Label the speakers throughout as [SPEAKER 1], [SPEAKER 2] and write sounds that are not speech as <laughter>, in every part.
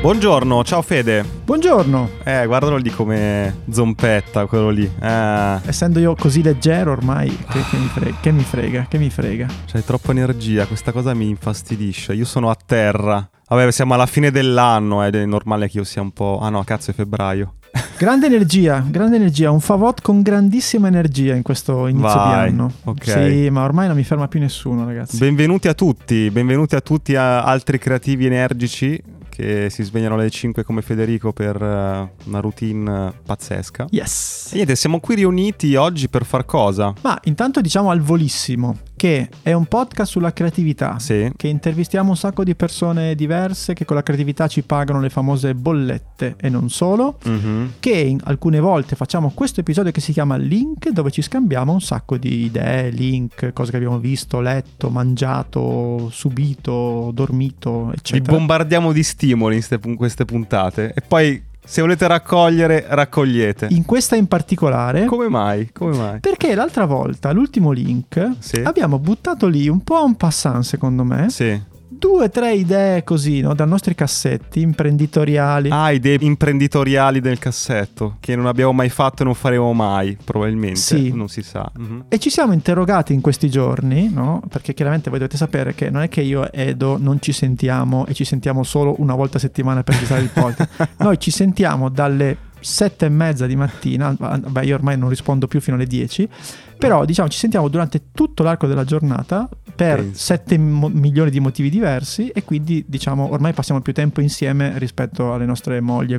[SPEAKER 1] Buongiorno, ciao Fede.
[SPEAKER 2] Buongiorno.
[SPEAKER 1] Eh, guardalo lì come zompetta, quello lì. Ah,
[SPEAKER 2] Essendo io così leggero ormai, che, che mi frega, che mi frega, che mi frega.
[SPEAKER 1] c'hai troppa energia, questa cosa mi infastidisce. Io sono a terra. Vabbè, siamo alla fine dell'anno eh, ed è normale che io sia un po'... Ah no, cazzo è febbraio.
[SPEAKER 2] Grande energia, grande energia, un favot con grandissima energia in questo inizio
[SPEAKER 1] Vai,
[SPEAKER 2] di anno.
[SPEAKER 1] ok.
[SPEAKER 2] Sì, ma ormai non mi ferma più nessuno, ragazzi.
[SPEAKER 1] Benvenuti a tutti, benvenuti a tutti a altri creativi energici che si svegliano alle 5 come Federico per eh, una routine eh, pazzesca.
[SPEAKER 2] yes.
[SPEAKER 1] E niente, siamo qui riuniti oggi per far cosa?
[SPEAKER 2] Ma intanto diciamo al volissimo che è un podcast sulla creatività.
[SPEAKER 1] Sì.
[SPEAKER 2] Che intervistiamo un sacco di persone diverse che con la creatività ci pagano le famose bollette e non solo.
[SPEAKER 1] Mhm.
[SPEAKER 2] che in- alcune volte facciamo questo episodio che si chiama Link, dove ci scambiamo un sacco di idee, link, cose che abbiamo visto, letto, mangiato, subito, dormito,
[SPEAKER 1] Vi
[SPEAKER 2] eccetera.
[SPEAKER 1] bombardiamo di stimoli in ste- in queste puntate. E poi, se volete raccogliere, raccogliete.
[SPEAKER 2] in questa in particolare,
[SPEAKER 1] Come mai? Come mai?
[SPEAKER 2] perché l'altra volta, l'ultimo link,
[SPEAKER 1] Sì.
[SPEAKER 2] abbiamo buttato lì un po' un passant, secondo me,
[SPEAKER 1] Sì.
[SPEAKER 2] due o tre idee così, no, dai nostri cassetti imprenditoriali.
[SPEAKER 1] Ah, idee imprenditoriali del cassetto che non abbiamo mai fatto e non faremo mai, probabilmente.
[SPEAKER 2] Sì.
[SPEAKER 1] Non si sa. Mhm.
[SPEAKER 2] E ci siamo interrogati in questi giorni, no? Perché chiaramente voi dovete sapere che non è che io e Edo non ci sentiamo e ci sentiamo solo una volta a settimana per registrare
[SPEAKER 1] <laughs>
[SPEAKER 2] il podcast. Noi ci sentiamo dalle sette e mezza di mattina, beh io ormai non rispondo più fino alle 10, però diciamo ci sentiamo durante tutto l'arco della giornata per
[SPEAKER 1] Penso.
[SPEAKER 2] 7 milioni di motivi diversi e quindi diciamo ormai passiamo più tempo insieme rispetto alle nostre mogli e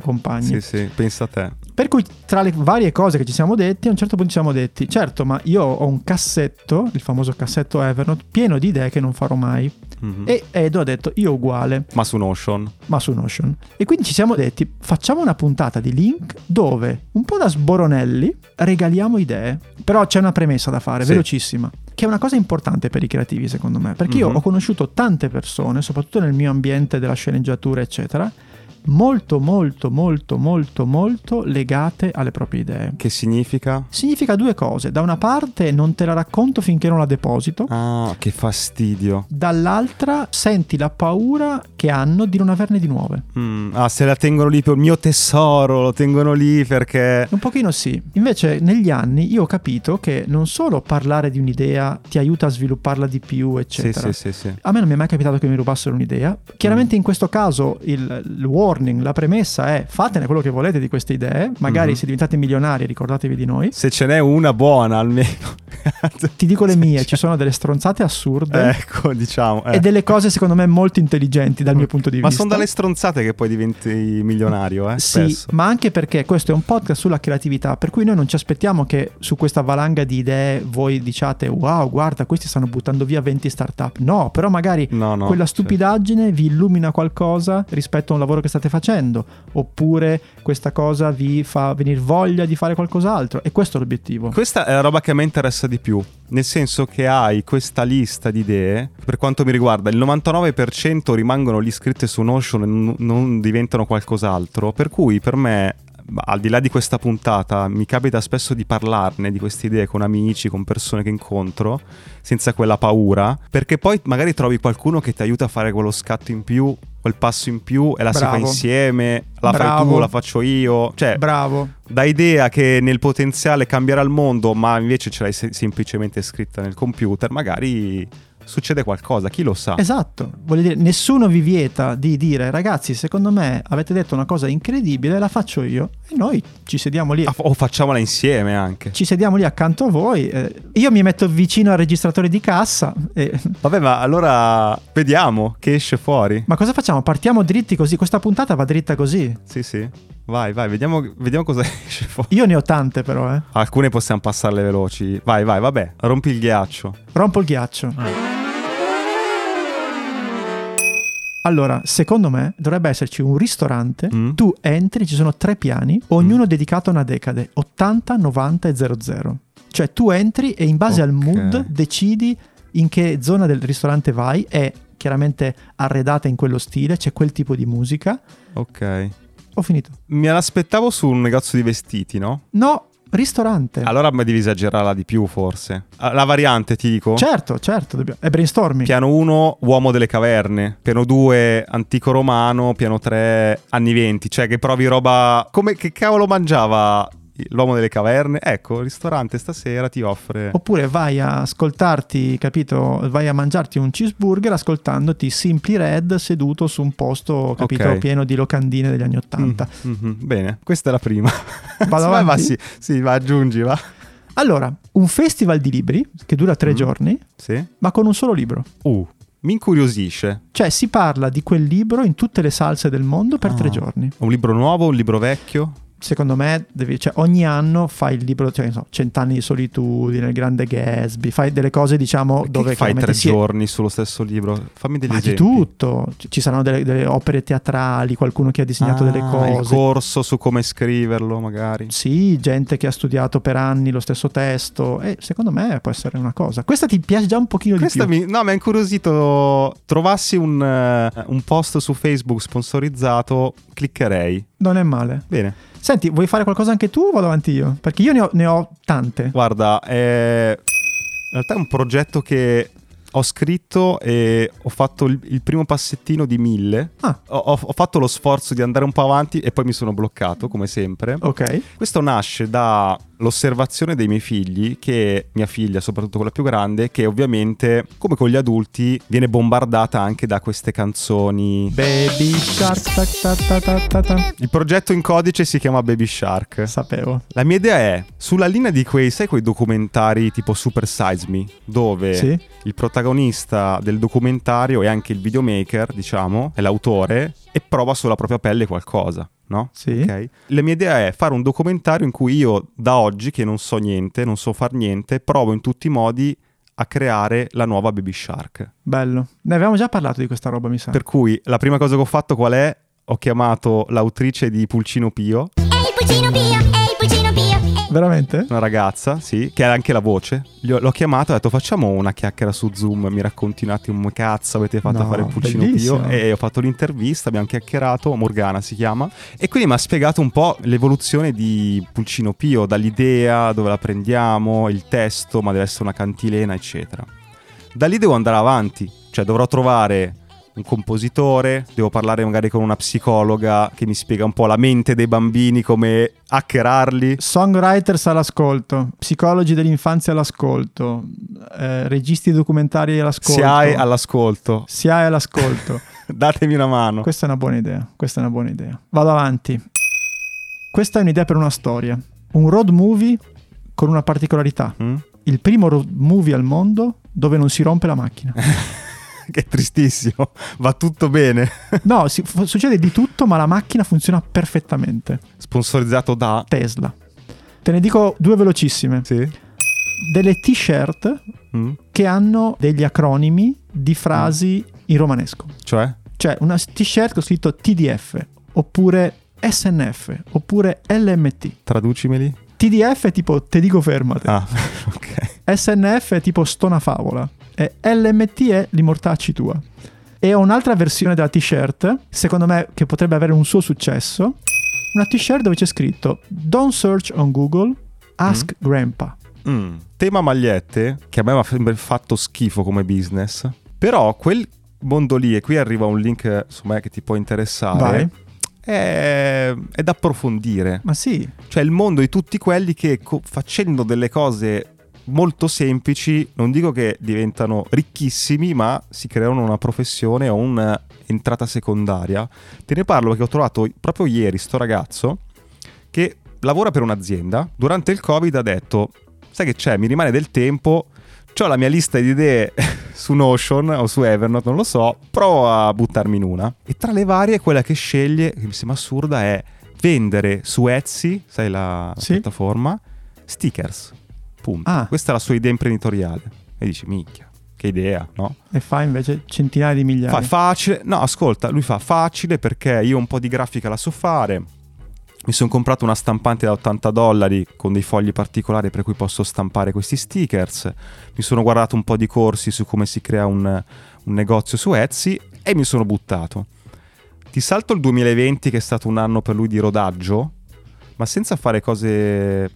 [SPEAKER 1] Sì,
[SPEAKER 2] compagne.
[SPEAKER 1] sì, pensa a te.
[SPEAKER 2] Per cui tra le varie cose che ci siamo detti, a un certo punto ci siamo detti, certo, ma io ho un cassetto, il famoso cassetto Evernote, pieno di idee che non farò mai.
[SPEAKER 1] Mhm.
[SPEAKER 2] E Edo ha detto, io uguale,
[SPEAKER 1] Ma su Notion.
[SPEAKER 2] ma su Notion. E quindi ci siamo detti, facciamo una puntata di link dove, un po' da sboronelli, regaliamo idee. Però c'è una premessa da fare,
[SPEAKER 1] Sì.
[SPEAKER 2] velocissima, che è una cosa importante per i creativi, secondo me. Perché
[SPEAKER 1] Mhm.
[SPEAKER 2] io ho conosciuto tante persone, soprattutto nel mio ambiente della sceneggiatura, eccetera, molto, molto, molto, molto, molto legate alle proprie idee.
[SPEAKER 1] Che significa?
[SPEAKER 2] Significa due cose. Da una parte non te la racconto finché non la deposito.
[SPEAKER 1] Ah, che fastidio.
[SPEAKER 2] Dall'altra senti la paura che hanno di non averne di nuove.
[SPEAKER 1] Mm, Ah, se la tengono lì per il mio tesoro, lo tengono lì perché...
[SPEAKER 2] Un pochino sì. Invece negli anni io ho capito che non solo parlare di un'idea ti aiuta a svilupparla di più,
[SPEAKER 1] Sì,
[SPEAKER 2] eccetera.
[SPEAKER 1] sì, Mm. sì, sì.
[SPEAKER 2] A me non mi è mai capitato che mi rubassero un'idea. Chiaramente in questo caso il, il warning, la premessa è fatene quello che volete di queste idee. Magari
[SPEAKER 1] Mhm.
[SPEAKER 2] se diventate milionari ricordatevi di noi.
[SPEAKER 1] Se ce n'è una buona almeno.
[SPEAKER 2] Ti dico le
[SPEAKER 1] <laughs> Se
[SPEAKER 2] mie, cioè,
[SPEAKER 1] c'è-
[SPEAKER 2] ci sono delle stronzate <laughs> assurde.
[SPEAKER 1] Ecco, diciamo. eh.
[SPEAKER 2] E delle cose secondo me molto intelligenti dal mio punto di
[SPEAKER 1] Ma
[SPEAKER 2] vista.
[SPEAKER 1] sono dalle stronzate che poi diventi milionario, eh?
[SPEAKER 2] Sì,
[SPEAKER 1] spesso.
[SPEAKER 2] ma anche perché questo è un podcast sulla creatività, per cui noi non ci aspettiamo che su questa valanga di idee voi diciate wow, guarda, questi stanno buttando via 20 startup. No, però magari
[SPEAKER 1] No, cioè. certo. no.
[SPEAKER 2] quella stupidaggine vi illumina qualcosa rispetto a un lavoro che state facendo, oppure questa cosa vi fa venire voglia di fare qualcos'altro e questo è l'obiettivo.
[SPEAKER 1] Cioè, Questa è la roba che a me interessa di più, nel senso che hai questa lista di idee, per quanto mi riguarda il 99% rimangono lì scritte su Notion e non- non diventano qualcos'altro, per cui per me, al di là di questa puntata, mi capita spesso di parlarne di queste idee con amici, con persone che incontro, senza quella paura, perché poi magari trovi qualcuno che ti aiuta a fare quello scatto in più, quel passo in più e la si fa
[SPEAKER 2] Bravo.
[SPEAKER 1] insieme, la fai tu,
[SPEAKER 2] Bravo.
[SPEAKER 1] la faccio io, cioè
[SPEAKER 2] Bravo.
[SPEAKER 1] da idea che nel potenziale cambierà il mondo, ma invece ce l'hai se- semplicemente scritta nel computer, magari succede qualcosa, chi lo sa.
[SPEAKER 2] Esatto, voglio dire, nessuno vi vieta di dire ragazzi, secondo me avete detto una cosa incredibile, la faccio io e noi ci sediamo lì.
[SPEAKER 1] Ah, f- O facciamola insieme anche.
[SPEAKER 2] Ci sediamo lì accanto a voi, eh, io mi metto vicino al registratore di cassa, eh, e-
[SPEAKER 1] Vabbè, ma allora vediamo che esce fuori.
[SPEAKER 2] ma cosa facciamo? Partiamo dritti così, questa puntata va dritta così.
[SPEAKER 1] Sì, sì. Vai, vai, vediamo, vediamo cosa <laughs> esce fuori.
[SPEAKER 2] Io ne ho tante però, eh.
[SPEAKER 1] Alcune possiamo passarle veloci. Vai, vai, vabbè. Rompi il ghiaccio.
[SPEAKER 2] Rompo il ghiaccio.
[SPEAKER 1] Ah.
[SPEAKER 2] Allora, secondo me dovrebbe esserci un ristorante,
[SPEAKER 1] Mm.
[SPEAKER 2] tu entri, ci sono tre piani, ognuno dedicato a una decade, 80, 90 e 00. Cioè tu entri e in base al
[SPEAKER 1] Ok.
[SPEAKER 2] mood decidi in che zona del ristorante vai, è chiaramente arredata in quello stile, c'è quel tipo di musica.
[SPEAKER 1] Ok.
[SPEAKER 2] Ho finito.
[SPEAKER 1] Me l'aspettavo su un negozio di vestiti, no?
[SPEAKER 2] No, ristorante.
[SPEAKER 1] Allora mi devi esagerarla di più, forse. Ah, La variante, ti dico.
[SPEAKER 2] Certo, certo, dobbiamo- è brainstorming.
[SPEAKER 1] Piano 1, uomo delle caverne. Piano 2, antico romano. Piano 3, anni 20. Cioè, che provi roba. Come che cavolo mangiava l'uomo delle caverne? Ecco, il ristorante stasera ti offre.
[SPEAKER 2] Oppure vai a ascoltarti, capito? Vai a mangiarti un cheeseburger ascoltandoti Simply Red seduto su un posto, capito?
[SPEAKER 1] Ok.
[SPEAKER 2] Pieno di locandine degli anni Ottanta.
[SPEAKER 1] Mm, mhm, Bene, questa è la prima.
[SPEAKER 2] Vado
[SPEAKER 1] vai, va,
[SPEAKER 2] avanti?
[SPEAKER 1] <laughs> sì, sì, va, aggiungi, va.
[SPEAKER 2] Allora, un festival di libri che dura tre
[SPEAKER 1] Mm.
[SPEAKER 2] giorni,
[SPEAKER 1] Sì.
[SPEAKER 2] ma con un solo libro.
[SPEAKER 1] Uh, mi incuriosisce.
[SPEAKER 2] Cioè, si parla di quel libro in tutte le salse del mondo per
[SPEAKER 1] Ah.
[SPEAKER 2] tre giorni.
[SPEAKER 1] Un libro nuovo, un libro vecchio?
[SPEAKER 2] Secondo me, devi- cioè, ogni anno fai il libro, cioè, non so, Cent'anni di solitudine, Il grande Gatsby, fai delle cose, diciamo,
[SPEAKER 1] Perché
[SPEAKER 2] dove
[SPEAKER 1] fai
[SPEAKER 2] chiaramente
[SPEAKER 1] tre
[SPEAKER 2] si-
[SPEAKER 1] giorni sullo stesso libro? Fammi degli
[SPEAKER 2] Ma di
[SPEAKER 1] esempi.
[SPEAKER 2] tutto, Ci- ci saranno delle, delle opere teatrali, qualcuno che ha disegnato
[SPEAKER 1] Ah,
[SPEAKER 2] delle
[SPEAKER 1] Il
[SPEAKER 2] cose.
[SPEAKER 1] corso su come scriverlo, magari.
[SPEAKER 2] Sì, gente che ha studiato per anni lo stesso testo e secondo me può essere una cosa. Questa ti piace già un pochino
[SPEAKER 1] Questa
[SPEAKER 2] di più.
[SPEAKER 1] mi, no, mi ha incuriosito. Trovassi un, eh, un post su Facebook sponsorizzato, cliccherei.
[SPEAKER 2] Non è male.
[SPEAKER 1] Bene,
[SPEAKER 2] Senti, vuoi fare qualcosa anche tu o vado avanti io? Perché io ne ho, ne ho tante.
[SPEAKER 1] guarda, eh, in realtà è un progetto che ho scritto e ho fatto il, il primo passettino di mille.
[SPEAKER 2] Ah.
[SPEAKER 1] Ho, ho- ho fatto lo sforzo di andare un po' avanti e poi mi sono bloccato, come sempre.
[SPEAKER 2] Ok.
[SPEAKER 1] Questo nasce dall'osservazione dei miei figli, che mia figlia, soprattutto quella più grande, che ovviamente, come con gli adulti, viene bombardata anche da queste canzoni.
[SPEAKER 2] Baby shark ta ta ta ta ta ta.
[SPEAKER 1] Il progetto in codice si chiama Baby Shark.
[SPEAKER 2] Sapevo.
[SPEAKER 1] La mia idea è, sulla linea di quei, sai quei documentari tipo Super Size Me, dove
[SPEAKER 2] Sì.
[SPEAKER 1] il protagonista del documentario e anche il videomaker, diciamo, è l'autore e prova sulla propria pelle qualcosa, no?
[SPEAKER 2] Sì.
[SPEAKER 1] Ok? La mia idea è fare un documentario in cui io da oggi che non so niente, non so far niente, provo in tutti i modi a creare la nuova Baby Shark.
[SPEAKER 2] Bello. Ne avevamo già parlato di questa roba, mi sa.
[SPEAKER 1] Per cui la prima cosa che ho fatto qual è? Ho chiamato l'autrice di Pulcino Pio,
[SPEAKER 3] Ehi Pulcino Pio, ehi Pulcino Pio, ehi
[SPEAKER 2] Veramente?
[SPEAKER 1] una ragazza, sì, che era anche la voce. Gli ho- L'ho chiamata e ho detto facciamo una chiacchiera su Zoom, mi racconti un attimo che cazzo avete fatto
[SPEAKER 2] No,
[SPEAKER 1] a fare il Pulcino
[SPEAKER 2] bellissimo.
[SPEAKER 1] Pio. E ho fatto l'intervista, abbiamo chiacchierato, Morgana si chiama. E quindi mi ha spiegato un po' l'evoluzione di Pulcino Pio, dall'idea, dove la prendiamo, il testo, ma deve essere una cantilena, eccetera. Da lì devo andare avanti, cioè dovrò trovare un compositore, devo parlare magari con una psicologa che mi spiega un po' la mente dei bambini, come hackerarli.
[SPEAKER 2] Songwriters all'ascolto, psicologi dell'infanzia all'ascolto, eh, registi documentari all'ascolto.
[SPEAKER 1] Se hai all'ascolto, <laughs>
[SPEAKER 2] SIAE all'ascolto.
[SPEAKER 1] datemi una mano.
[SPEAKER 2] questa è una buona idea, questa è una buona idea. Vado avanti. Questa è un'idea per una storia. Un road movie con una particolarità.
[SPEAKER 1] Mm? <laughs>
[SPEAKER 2] Il primo road movie al mondo dove non si rompe la macchina.
[SPEAKER 1] Che tristissimo, va tutto bene.
[SPEAKER 2] No, si- f- succede di tutto, ma la macchina funziona perfettamente.
[SPEAKER 1] Sponsorizzato da...
[SPEAKER 2] Tesla. Te ne dico due velocissime.
[SPEAKER 1] Sì.
[SPEAKER 2] Delle t-shirt
[SPEAKER 1] Mm?
[SPEAKER 2] che hanno degli acronimi di frasi in romanesco.
[SPEAKER 1] Cioè?
[SPEAKER 2] Cioè una t-shirt con scritto TDF, oppure SNF, oppure LMT.
[SPEAKER 1] Traducimeli.
[SPEAKER 2] TDF è tipo te dico fermate,
[SPEAKER 1] Ah, <laughs> ok.
[SPEAKER 2] SNF è tipo stona favola e LMT è l'immortacci tua. E ho un'altra versione della t-shirt, secondo me che potrebbe avere un suo successo, una t-shirt dove c'è scritto Don't search on Google, ask grandpa.
[SPEAKER 1] Mm. Tema magliette, che a me mi ha sempre fatto schifo come business. Però quel mondo lì, e qui arriva un link eh, insomma, che ti può interessare,
[SPEAKER 2] Vai.
[SPEAKER 1] è, è da approfondire.
[SPEAKER 2] Ma sì,
[SPEAKER 1] Cioè il mondo di tutti quelli che co- facendo delle cose molto semplici, non dico che diventano ricchissimi, ma si creano una professione o un'entrata secondaria. Te ne parlo perché ho trovato proprio ieri sto ragazzo che lavora per un'azienda, durante il Covid ha detto, sai che c'è, mi rimane del tempo, ho la mia lista di idee <laughs> su Notion o su Evernote, non lo so, provo a buttarmi in una. E tra le varie quella che sceglie, che mi sembra assurda, è vendere su Etsy, sai la
[SPEAKER 2] Sì.
[SPEAKER 1] piattaforma, stickers. Punto.
[SPEAKER 2] Ah.
[SPEAKER 1] Questa è la sua idea imprenditoriale. E dici, minchia, che idea, no?
[SPEAKER 2] e fa invece centinaia di
[SPEAKER 1] Fa
[SPEAKER 2] migliaia.
[SPEAKER 1] facile, no, ascolta, lui fa facile perché io un po' di grafica la so fare. Mi sono comprato una stampante da 80 dollari con dei fogli particolari per cui posso stampare questi stickers. Mi sono guardato un po' di corsi su come si crea un, un negozio su Etsy e mi sono buttato. Ti salto il 2020 che è stato un anno per lui di rodaggio, ma senza fare cose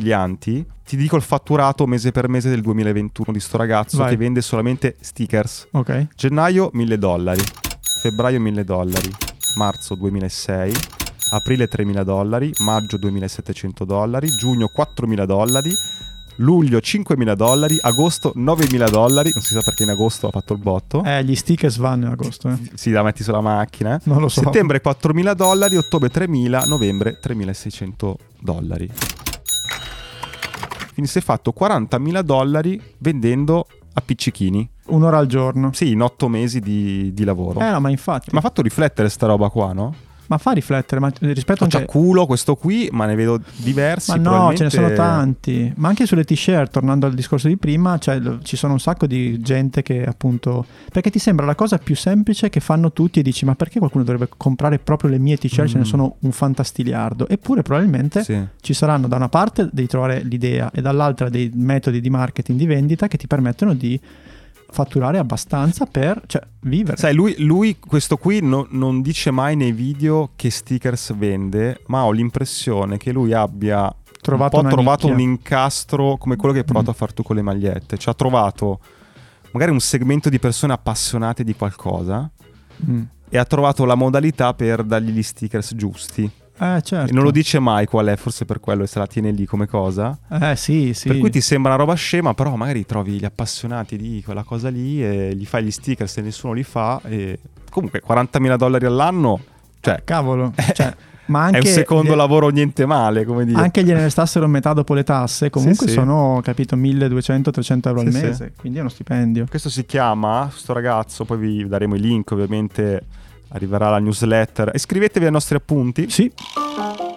[SPEAKER 1] strabilianti. Ti dico il fatturato mese per mese del 2021 di sto ragazzo
[SPEAKER 2] Vai.
[SPEAKER 1] che vende solamente stickers.
[SPEAKER 2] Ok.
[SPEAKER 1] Gennaio 1000 dollari, febbraio 1000 dollari, marzo 2006, aprile 3000 dollari, maggio 2700 dollari, giugno 4000 dollari, luglio 5000 dollari, agosto 9000 dollari, non si sa perché in agosto ha fatto il botto.
[SPEAKER 2] Eh, gli stickers vanno in agosto, eh.
[SPEAKER 1] Sì, la metti sulla macchina. eh.
[SPEAKER 2] Non lo so.
[SPEAKER 1] Settembre 4000 dollari, ottobre 3000, novembre 3600 dollari. Quindi si è fatto 40.000 dollari vendendo appiccichini.
[SPEAKER 2] Un'ora al giorno.
[SPEAKER 1] Sì, in otto mesi di, di lavoro.
[SPEAKER 2] Eh no, ma infatti.
[SPEAKER 1] Mi ha
[SPEAKER 2] Ma,
[SPEAKER 1] fatto riflettere sta roba qua, no?
[SPEAKER 2] fa riflettere, ma rispetto anche...
[SPEAKER 1] C'è culo questo qui, ma ne vedo diversi.
[SPEAKER 2] Ma no, ce
[SPEAKER 1] probabilmente-
[SPEAKER 2] ne sono tanti. Ma anche sulle t-shirt, tornando al discorso di prima, cioè, l- ci sono un sacco di gente che appunto... Perché ti sembra la cosa più semplice che fanno tutti e dici ma perché qualcuno dovrebbe comprare proprio le mie t-shirt? Ce ne
[SPEAKER 1] Mm.
[SPEAKER 2] sono un fantastiliardo. Eppure probabilmente
[SPEAKER 1] Sì.
[SPEAKER 2] ci saranno da una parte devi trovare l'idea e dall'altra dei metodi di marketing, di vendita che ti permettono di fatturare abbastanza per cioè, vivere.
[SPEAKER 1] Sai, lui, lui questo qui no- non dice mai nei video che stickers vende, ma ho l'impressione che lui abbia
[SPEAKER 2] trovato
[SPEAKER 1] un po'
[SPEAKER 2] una
[SPEAKER 1] trovato
[SPEAKER 2] nicchia.
[SPEAKER 1] un incastro come quello che hai provato
[SPEAKER 2] Mm.
[SPEAKER 1] a far tu con le magliette. Cioè ha trovato magari un segmento di persone appassionate di qualcosa
[SPEAKER 2] Mm.
[SPEAKER 1] e ha trovato la modalità per dargli gli stickers giusti.
[SPEAKER 2] Eh, certo.
[SPEAKER 1] E non lo dice mai qual è, forse per quello che se la tiene lì come cosa.
[SPEAKER 2] Eh, sì, sì.
[SPEAKER 1] Per cui ti sembra una roba scema, però magari trovi gli appassionati di quella cosa lì e gli fai gli sticker se nessuno li fa. E... Comunque 40.000 dollari all'anno, cioè,
[SPEAKER 2] Cavolo. Cioè, ma
[SPEAKER 1] è
[SPEAKER 2] anche
[SPEAKER 1] un secondo
[SPEAKER 2] gli-
[SPEAKER 1] lavoro niente male, come dire.
[SPEAKER 2] Anche gliene restassero metà dopo le tasse, comunque
[SPEAKER 1] sì.
[SPEAKER 2] sono, capito, 1200-300 euro al
[SPEAKER 1] Sì, sì.
[SPEAKER 2] mese, quindi è uno stipendio.
[SPEAKER 1] Questo si chiama, sto ragazzo, poi vi daremo i link ovviamente, arriverà la newsletter. Iscrivetevi ai nostri appunti,
[SPEAKER 2] Sì,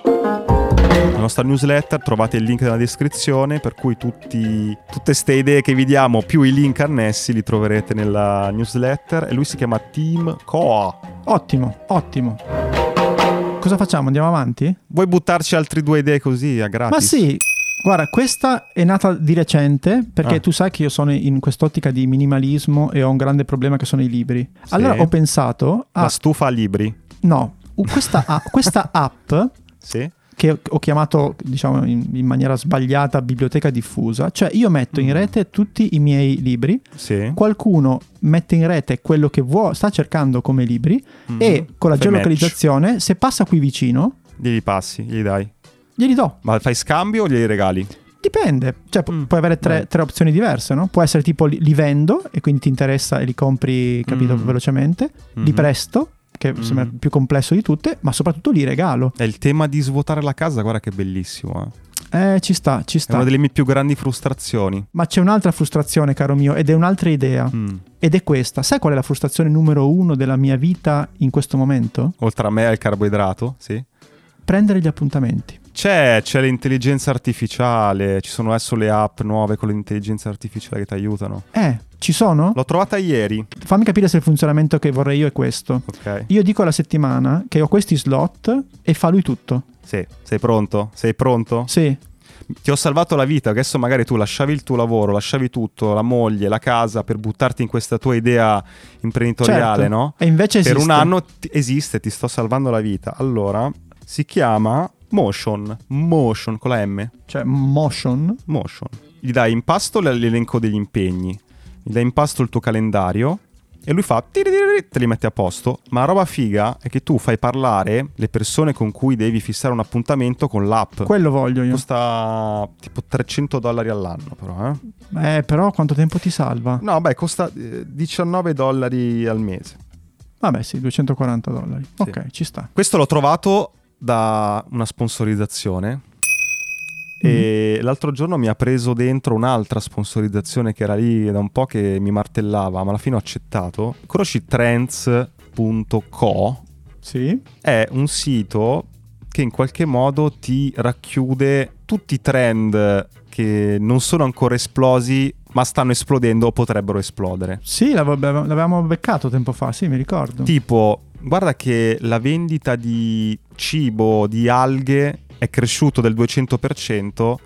[SPEAKER 1] la nostra newsletter, trovate il link nella descrizione, per cui tutti, tutte queste idee che vi diamo, più i link annessi, li troverete nella newsletter. E lui si chiama Team Coa.
[SPEAKER 2] ottimo, ottimo. Cosa facciamo? Andiamo avanti?
[SPEAKER 1] Vuoi buttarci altri due idee così a gratis?
[SPEAKER 2] Ma sì, guarda, questa è nata di recente perché
[SPEAKER 1] Ah.
[SPEAKER 2] tu sai che io sono in quest'ottica di minimalismo e ho un grande problema che sono i libri.
[SPEAKER 1] Sì.
[SPEAKER 2] Allora ho pensato a...
[SPEAKER 1] La stufa a libri.
[SPEAKER 2] No, u- questa, a- questa app
[SPEAKER 1] Sì.
[SPEAKER 2] che ho chiamato diciamo in, in maniera sbagliata biblioteca diffusa, cioè io metto
[SPEAKER 1] Mm.
[SPEAKER 2] in rete tutti i miei libri,
[SPEAKER 1] Sì.
[SPEAKER 2] qualcuno mette in rete quello che vuo- sta cercando come libri
[SPEAKER 1] Mm.
[SPEAKER 2] e con la
[SPEAKER 1] Fai
[SPEAKER 2] geolocalizzazione se passa qui vicino
[SPEAKER 1] match. Glieli passi, gli dai.
[SPEAKER 2] glieli do.
[SPEAKER 1] Ma fai scambio o glieli regali?
[SPEAKER 2] Dipende, cioè pu-
[SPEAKER 1] Mm,
[SPEAKER 2] puoi avere tre,
[SPEAKER 1] beh.
[SPEAKER 2] tre opzioni diverse, no? Può essere tipo li, li vendo e quindi ti interessa e li compri, capito,
[SPEAKER 1] Mm.
[SPEAKER 2] velocemente, li
[SPEAKER 1] Mhm.
[SPEAKER 2] presto, che sembra
[SPEAKER 1] Mm.
[SPEAKER 2] il più complesso di tutte, ma soprattutto li regalo.
[SPEAKER 1] È il tema di svuotare la casa, guarda che bellissimo. eh.
[SPEAKER 2] Eh, ci sta, ci
[SPEAKER 1] È
[SPEAKER 2] sta.
[SPEAKER 1] una delle mie più grandi frustrazioni.
[SPEAKER 2] Ma c'è un'altra frustrazione, caro mio, ed è un'altra idea,
[SPEAKER 1] Mm.
[SPEAKER 2] ed è questa. Sai qual è la frustrazione numero uno della mia vita in questo momento?
[SPEAKER 1] Oltre a me al carboidrato, sì.
[SPEAKER 2] Prendere gli appuntamenti.
[SPEAKER 1] C'è, c'è l'intelligenza artificiale, ci sono adesso le app nuove con l'intelligenza artificiale che ti aiutano.
[SPEAKER 2] Eh, ci sono?
[SPEAKER 1] L'ho trovata ieri,
[SPEAKER 2] Fammi capire se il funzionamento che vorrei io è questo.
[SPEAKER 1] ok?
[SPEAKER 2] Io dico alla settimana che ho questi slot e fa lui tutto.
[SPEAKER 1] Sì, sei pronto? Sei pronto?
[SPEAKER 2] Sì, certo.
[SPEAKER 1] Ti ho salvato la vita, adesso magari tu lasciavi il tuo lavoro, lasciavi tutto, la moglie, la casa per buttarti in questa tua idea imprenditoriale,
[SPEAKER 2] certo.
[SPEAKER 1] no?
[SPEAKER 2] E invece
[SPEAKER 1] Per un
[SPEAKER 2] esiste.
[SPEAKER 1] anno ti- esiste, ti sto salvando la vita. Allora, si chiama Motion, Motion con la M,
[SPEAKER 2] Cioè, motion.
[SPEAKER 1] Motion. Gli dai in pasto l- l'elenco degli impegni, gli dai in pasto il tuo calendario e lui fa tiriririri, te li mette a posto, ma la roba figa è che tu fai parlare le persone con cui devi fissare un appuntamento con l'app.
[SPEAKER 2] Quello voglio io.
[SPEAKER 1] Costa tipo 300 dollari all'anno, però. eh.
[SPEAKER 2] Eh, però quanto tempo ti salva?
[SPEAKER 1] No, beh, costa eh, 19 dollari al mese.
[SPEAKER 2] Vabbè, sì, 240 dollari. Ok, ci sta.
[SPEAKER 1] Questo l'ho trovato da una sponsorizzazione. E l'altro giorno mi ha preso dentro un'altra sponsorizzazione che era lì da un po' che mi martellava, ma alla fine ho accettato. Conosci trends.co?
[SPEAKER 2] Sì.
[SPEAKER 1] È un sito che in qualche modo ti racchiude tutti i trend che non sono ancora esplosi, ma stanno esplodendo o potrebbero esplodere.
[SPEAKER 2] Sì, l'ave- l'avevamo beccato tempo fa, sì, mi ricordo.
[SPEAKER 1] Tipo, guarda che la vendita di cibo, di alghe, è cresciuto del 200%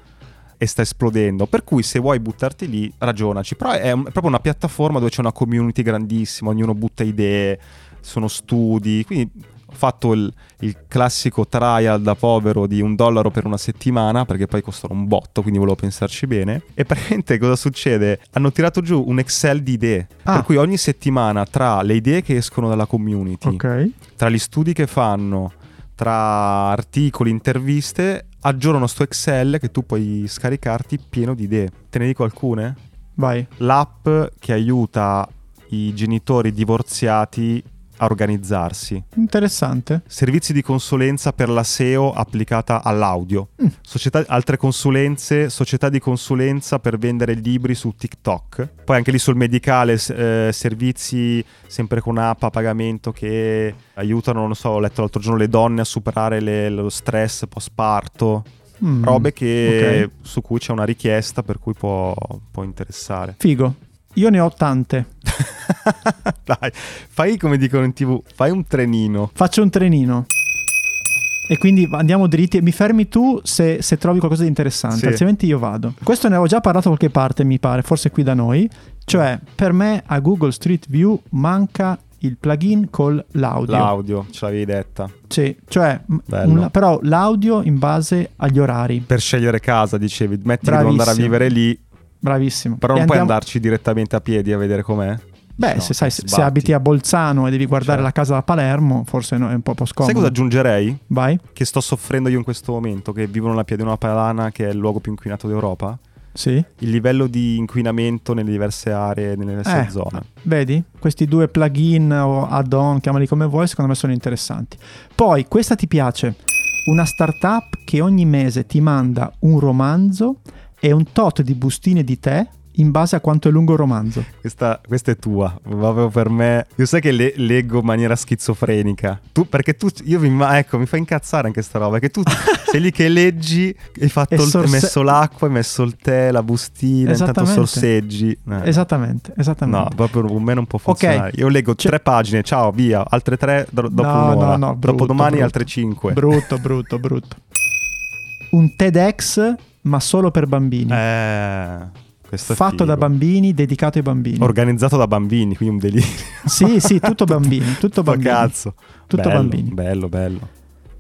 [SPEAKER 1] e sta esplodendo. Per cui se vuoi buttarti lì, ragionaci. Però è un- è proprio una piattaforma dove c'è una community grandissima, ognuno butta idee, sono studi, quindi... fatto il, il classico trial da povero di un dollaro per una settimana, perché poi costano un botto, quindi volevo pensarci bene. E praticamente cosa succede? Hanno tirato giù un Excel di idee,
[SPEAKER 2] Ah.
[SPEAKER 1] per cui ogni settimana tra le idee che escono dalla community,
[SPEAKER 2] Ok.
[SPEAKER 1] tra gli studi che fanno, tra articoli, interviste, aggiornano sto Excel che tu puoi scaricarti pieno di idee. Te ne dico alcune?
[SPEAKER 2] Vai.
[SPEAKER 1] L'app che aiuta i genitori divorziati a organizzarsi.
[SPEAKER 2] Interessante.
[SPEAKER 1] Servizi di consulenza per la SEO applicata all'audio.
[SPEAKER 2] Mm.
[SPEAKER 1] Società- altre consulenze, società di consulenza per vendere libri su TikTok. Poi anche lì sul medicale, s- eh, servizi sempre con app a pagamento che aiutano, non so, ho letto l'altro giorno le donne a superare le- lo stress post parto.
[SPEAKER 2] Mm.
[SPEAKER 1] Robe che-
[SPEAKER 2] ok.
[SPEAKER 1] su cui c'è una richiesta per cui può- può interessare. <laughs>
[SPEAKER 2] Figo. Io ne ho tante.
[SPEAKER 1] Dai, fai come dicono in tv, fai un trenino.
[SPEAKER 2] Faccio un trenino. E quindi andiamo dritti. Mi fermi tu se, se trovi qualcosa di interessante,
[SPEAKER 1] Sì.
[SPEAKER 2] altrimenti io vado. Questo ne avevo già parlato da qualche parte, mi pare, forse qui da noi. Cioè, per me a Google Street View manca il plugin con l'audio.
[SPEAKER 1] L'audio, ce l'avevi detta.
[SPEAKER 2] Sì, cioè, m-
[SPEAKER 1] Bello.
[SPEAKER 2] un- però l'audio in base agli orari.
[SPEAKER 1] Per scegliere casa, dicevi, metti che devo
[SPEAKER 2] Bravissimo.
[SPEAKER 1] andare a vivere lì,
[SPEAKER 2] Bravissimo.
[SPEAKER 1] però
[SPEAKER 2] E
[SPEAKER 1] non puoi
[SPEAKER 2] andiamo-
[SPEAKER 1] andarci direttamente a piedi a vedere com'è.
[SPEAKER 2] Beh,
[SPEAKER 1] No,
[SPEAKER 2] se, sai, se-
[SPEAKER 1] sbatti.
[SPEAKER 2] se abiti a Bolzano e devi guardare
[SPEAKER 1] Certo.
[SPEAKER 2] la casa da Palermo, forse no, è un po', po scomodo.
[SPEAKER 1] Sai cosa aggiungerei?
[SPEAKER 2] Vai?
[SPEAKER 1] Che sto soffrendo io in questo momento, che vivo nella pianura padana, che è il luogo più inquinato d'Europa.
[SPEAKER 2] Sì.
[SPEAKER 1] Il livello di inquinamento nelle diverse aree, nelle diverse
[SPEAKER 2] Eh,
[SPEAKER 1] zone.
[SPEAKER 2] Vedi? Questi due plugin o add-on, chiamali come vuoi, secondo me sono interessanti. Poi, questa ti piace? Una startup che ogni mese ti manda un romanzo e un tot di bustine di tè in base a quanto è lungo il romanzo.
[SPEAKER 1] Questa, questa è tua, proprio per me. Io sai che le- leggo in maniera schizofrenica. Tu, perché tu, io mi, ma ecco, mi fa incazzare anche sta roba. Che
[SPEAKER 2] <laughs>
[SPEAKER 1] tu sei lì che leggi, hai, fatto
[SPEAKER 2] E
[SPEAKER 1] il- hai
[SPEAKER 2] sorse-
[SPEAKER 1] messo l'acqua, hai messo il tè, la bustina, intanto
[SPEAKER 2] Esattamente. Esatto.
[SPEAKER 1] sorseggi. Eh,
[SPEAKER 2] Esattamente, esattamente.
[SPEAKER 1] No, proprio con me non può funzionare. Io leggo
[SPEAKER 2] C'è-
[SPEAKER 1] tre pagine, ciao, via, altre tre do- dopo
[SPEAKER 2] No,
[SPEAKER 1] un'ora.
[SPEAKER 2] no, no, brutto,
[SPEAKER 1] dopo domani
[SPEAKER 2] brutto.
[SPEAKER 1] altre cinque.
[SPEAKER 2] Brutto, brutto, brutto. Un TEDx, ma solo per bambini.
[SPEAKER 1] eh, questo è
[SPEAKER 2] Fatto
[SPEAKER 1] figo.
[SPEAKER 2] da bambini, dedicato ai bambini.
[SPEAKER 1] Organizzato da bambini, quindi un delirio.
[SPEAKER 2] sì, sì,
[SPEAKER 1] <laughs>
[SPEAKER 2] tutto bambini, tutto
[SPEAKER 1] Ma
[SPEAKER 2] bambini.
[SPEAKER 1] cazzo.
[SPEAKER 2] Tutto
[SPEAKER 1] bello,
[SPEAKER 2] bambini.
[SPEAKER 1] Bello, bello.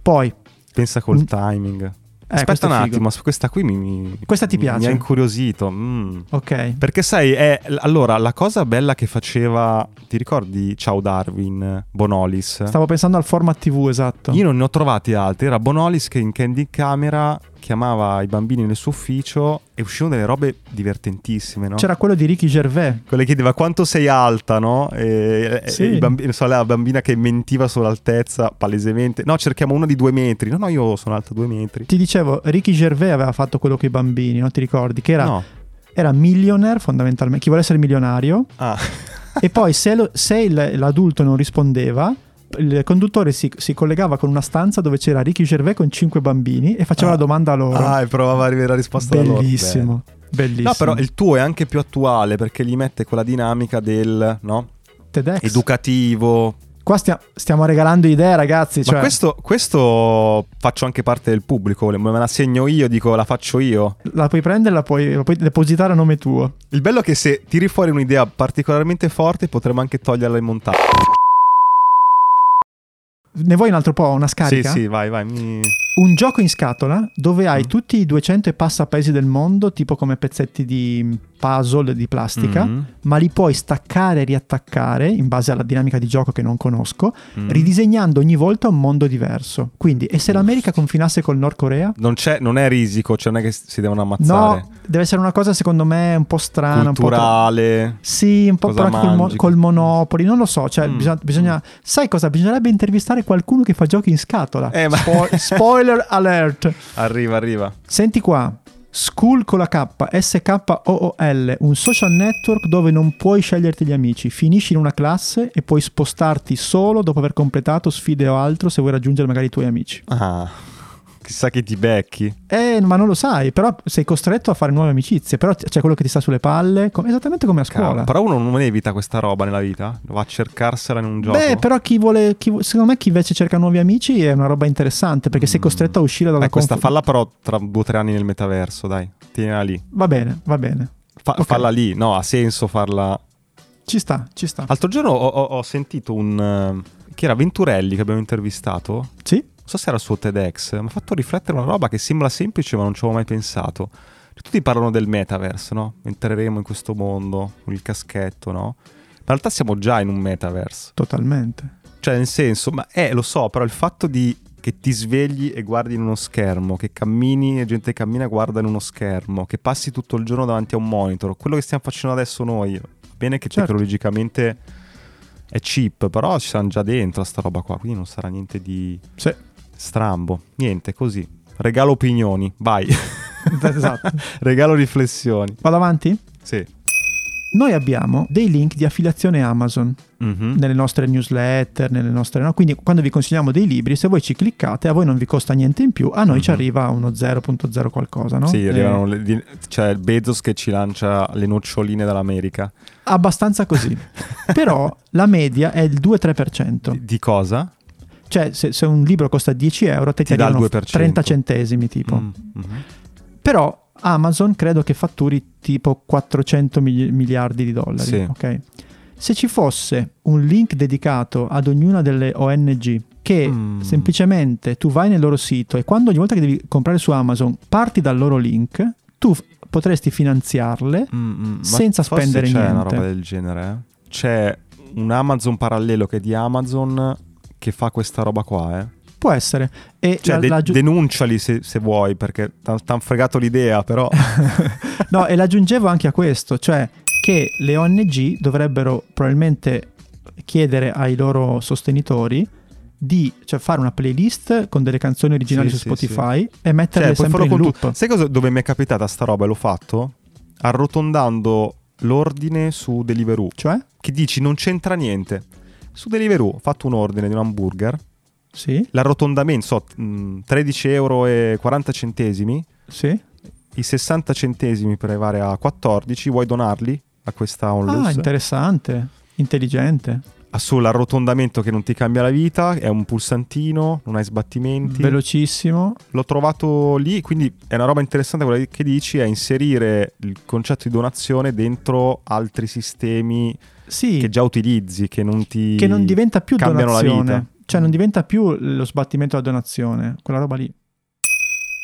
[SPEAKER 2] Poi,
[SPEAKER 1] Pensa col
[SPEAKER 2] Mm.
[SPEAKER 1] timing.
[SPEAKER 2] questo
[SPEAKER 1] Aspetta
[SPEAKER 2] è
[SPEAKER 1] un
[SPEAKER 2] figo.
[SPEAKER 1] attimo, su questa qui mi, mi-
[SPEAKER 2] Questa ti
[SPEAKER 1] mi-
[SPEAKER 2] piace?
[SPEAKER 1] Mi ha incuriosito. mm.
[SPEAKER 2] ok,
[SPEAKER 1] Perché sai, è- l- allora la cosa bella che faceva, ti ricordi Ciao Darwin, Bonolis?
[SPEAKER 2] Stavo pensando al format TV, esatto.
[SPEAKER 1] Io non ne ho trovati altri, era Bonolis che in Candy Camera chiamava i bambini nel suo ufficio e uscivano delle robe divertentissime, no?
[SPEAKER 2] C'era quello di Ricky Gervais.
[SPEAKER 1] Quella che chiedeva quanto sei alta, no? E, e-
[SPEAKER 2] Sì.
[SPEAKER 1] e i bambi- non so, la bambina che mentiva sull'altezza palesemente. No, cerchiamo uno di due metri. No, no, io sono alta due metri.
[SPEAKER 2] Ti dicevo, Ricky Gervais aveva fatto quello con i bambini, non ti ricordi? Che era,
[SPEAKER 1] No.
[SPEAKER 2] era millionaire fondamentalmente, chi vuole essere milionario.
[SPEAKER 1] Ah. <laughs>
[SPEAKER 2] e poi se, lo- se il- l'adulto non rispondeva, il conduttore si, si collegava con una stanza dove c'era Ricky Gervais con cinque bambini e faceva
[SPEAKER 1] Ah.
[SPEAKER 2] la domanda a loro.
[SPEAKER 1] <laughs> Ah, e provava a arrivare la risposta da loro.
[SPEAKER 2] bellissimo,
[SPEAKER 1] Beh.
[SPEAKER 2] bellissimo.
[SPEAKER 1] No, però il tuo è anche più attuale perché gli mette quella dinamica del no?
[SPEAKER 2] TEDx.
[SPEAKER 1] educativo.
[SPEAKER 2] Qua stia- stiamo regalando idee, ragazzi.
[SPEAKER 1] Ma
[SPEAKER 2] cioè-
[SPEAKER 1] questo, questo faccio anche parte del pubblico, le- me la segno io, dico la faccio io.
[SPEAKER 2] La puoi prendere, la puoi, la puoi depositare a nome tuo.
[SPEAKER 1] Il bello è che se tiri fuori un'idea particolarmente forte potremmo anche toglierla in montaggio.
[SPEAKER 2] Ne vuoi un altro po'? Una scarica?
[SPEAKER 1] Sì, sì, vai, vai. mi-
[SPEAKER 2] Un gioco in scatola dove hai
[SPEAKER 1] Mm.
[SPEAKER 2] tutti i 200 e passa paesi del mondo, tipo come pezzetti di puzzle di plastica,
[SPEAKER 1] Mm,
[SPEAKER 2] ma li puoi staccare e riattaccare in base alla dinamica di gioco che non conosco,
[SPEAKER 1] mm.
[SPEAKER 2] ridisegnando ogni volta un mondo diverso. Quindi, e se l'America confinasse col Nord Corea?
[SPEAKER 1] Non, c'è, non è risico, cioè non è che si devono ammazzare.
[SPEAKER 2] No, ah, deve essere una cosa secondo me un po' strana, un po'. tra-
[SPEAKER 1] Culturale.
[SPEAKER 2] Sì, un po'
[SPEAKER 1] Cosa
[SPEAKER 2] però anche col, mo-
[SPEAKER 1] mangi?
[SPEAKER 2] col Monopoli, non lo so, cioè
[SPEAKER 1] Mm.
[SPEAKER 2] bisogna, bisogna- Sai cosa? Bisognerebbe intervistare qualcuno che fa giochi in scatola.
[SPEAKER 1] Eh, ma- <laughs>
[SPEAKER 2] Spo- spoiler alert!
[SPEAKER 1] Arriva, arriva.
[SPEAKER 2] Senti qua, School con la K, S-K-O-O-L, un social network dove non puoi sceglierti gli amici, finisci in una classe e puoi spostarti solo dopo aver completato sfide o altro se vuoi raggiungere magari i tuoi amici.
[SPEAKER 1] Ah, chissà che ti becchi.
[SPEAKER 2] Eh, ma non lo sai, però sei costretto a fare nuove amicizie, però t- c'è quello che ti sta sulle palle, com- esattamente come a
[SPEAKER 1] Cavolo,
[SPEAKER 2] scuola.
[SPEAKER 1] però uno non evita questa roba nella vita? Va a cercarsela in un gioco?
[SPEAKER 2] Beh, però chi vuole, chi vu- secondo me chi invece cerca nuovi amici è una roba interessante perché sei
[SPEAKER 1] Mm.
[SPEAKER 2] costretto a uscire dalla
[SPEAKER 1] Eh, questa
[SPEAKER 2] comfort-
[SPEAKER 1] falla però tra due o tre anni nel metaverso, dai. Tienila lì.
[SPEAKER 2] Va bene, va bene.
[SPEAKER 1] Fa-
[SPEAKER 2] Ok.
[SPEAKER 1] Falla lì, no, ha senso farla.
[SPEAKER 2] Ci sta, ci sta.
[SPEAKER 1] Altro giorno ho, ho- ho sentito un... eh, Chi era Venturelli che abbiamo intervistato? Non
[SPEAKER 2] Sì?
[SPEAKER 1] so se era il suo TEDx, mi ha fatto riflettere una roba che sembra semplice ma non ci avevo mai pensato. Cioè, Tutti parlano del metaverse, no? Entreremo in questo mondo con il caschetto, no? Ma in realtà siamo già in un metaverse.
[SPEAKER 2] Totalmente.
[SPEAKER 1] Cioè, nel senso, ma eh, lo so, però il fatto di che ti svegli e guardi in uno schermo, che cammini e gente che cammina e guarda in uno schermo, che passi tutto il giorno davanti a un monitor, quello che stiamo facendo adesso noi, bene che
[SPEAKER 2] Certo.
[SPEAKER 1] tecnologicamente è cheap, però ci siamo già dentro a sta roba qua, quindi non sarà niente di <laughs>
[SPEAKER 2] Sì.
[SPEAKER 1] strambo, niente, così. Regalo opinioni, vai. <laughs>
[SPEAKER 2] esatto.
[SPEAKER 1] Regalo riflessioni.
[SPEAKER 2] Vado avanti?
[SPEAKER 1] Sì.
[SPEAKER 2] Noi abbiamo dei link di affiliazione Amazon
[SPEAKER 1] Mhm.
[SPEAKER 2] nelle nostre newsletter, nelle nostre... no? Quindi quando vi consigliamo dei libri, se voi ci cliccate, a voi non vi costa niente in più, a noi ci
[SPEAKER 1] Mhm.
[SPEAKER 2] arriva uno 0.0 qualcosa, no?
[SPEAKER 1] Sì,
[SPEAKER 2] Eh,
[SPEAKER 1] arrivano le- di- c'è il Bezos che ci lancia le noccioline dall'America.
[SPEAKER 2] Abbastanza
[SPEAKER 1] <laughs>
[SPEAKER 2] così. Però la media è il 2-3%.
[SPEAKER 1] Di- di cosa?
[SPEAKER 2] Cioè se, se un libro costa 10 euro, te ti,
[SPEAKER 1] Ti dà il
[SPEAKER 2] arrivano
[SPEAKER 1] 2%.
[SPEAKER 2] 30 centesimi tipo.
[SPEAKER 1] Mm, mhm.
[SPEAKER 2] Però Amazon credo che fatturi tipo 400 mili- miliardi di dollari.
[SPEAKER 1] Sì.
[SPEAKER 2] ok? Se ci fosse un link dedicato ad ognuna delle ONG che
[SPEAKER 1] Mm.
[SPEAKER 2] semplicemente tu vai nel loro sito e quando ogni volta che devi comprare su Amazon parti dal loro link, tu f- potresti finanziarle.
[SPEAKER 1] Mm, mm, ma
[SPEAKER 2] Senza
[SPEAKER 1] forse
[SPEAKER 2] spendere
[SPEAKER 1] c'è una
[SPEAKER 2] niente.
[SPEAKER 1] roba del genere. eh? C'è un Amazon parallelo che è di Amazon che fa questa roba qua, eh.
[SPEAKER 2] Può essere. E
[SPEAKER 1] Cioè,
[SPEAKER 2] la-
[SPEAKER 1] de-
[SPEAKER 2] la aggiu-
[SPEAKER 1] denunciali se, se vuoi, perché t'hanno fregato l'idea,
[SPEAKER 2] <laughs>
[SPEAKER 1] però.
[SPEAKER 2] No, e l'aggiungevo anche a questo, cioè che le ONG dovrebbero probabilmente chiedere ai loro sostenitori di cioè, fare una playlist con delle canzoni originali
[SPEAKER 1] Sì,
[SPEAKER 2] su
[SPEAKER 1] sì, sì.
[SPEAKER 2] Spotify e metterle
[SPEAKER 1] cioè, puoi
[SPEAKER 2] sempre
[SPEAKER 1] farlo
[SPEAKER 2] in
[SPEAKER 1] con
[SPEAKER 2] loop.
[SPEAKER 1] tutto. Sai cosa dove mi è capitata sta roba e l'ho fatto? Arrotondando l'ordine su Deliveroo.
[SPEAKER 2] Cioè?
[SPEAKER 1] Che dici non c'entra niente. Su Deliveroo ho fatto un ordine di un hamburger.
[SPEAKER 2] Sì,
[SPEAKER 1] L'arrotondamento, so, mm, 13 euro e 40 centesimi.
[SPEAKER 2] sì.
[SPEAKER 1] i 60 centesimi per arrivare a 14, vuoi donarli a questa
[SPEAKER 2] Ah,
[SPEAKER 1] onlus?
[SPEAKER 2] interessante, intelligente,
[SPEAKER 1] Ha solo arrotondamento che non ti cambia la vita, è un pulsantino, non hai sbattimenti.
[SPEAKER 2] velocissimo.
[SPEAKER 1] L'ho trovato lì, quindi è una roba interessante quella che dici, è inserire il concetto di donazione dentro altri sistemi
[SPEAKER 2] Sì,
[SPEAKER 1] che
[SPEAKER 2] che,
[SPEAKER 1] già utilizzi, che non ti...
[SPEAKER 2] non diventa più
[SPEAKER 1] cambiano la
[SPEAKER 2] donazione.
[SPEAKER 1] vita. Mm.
[SPEAKER 2] Cioè non diventa più lo sbattimento alla donazione, quella roba lì.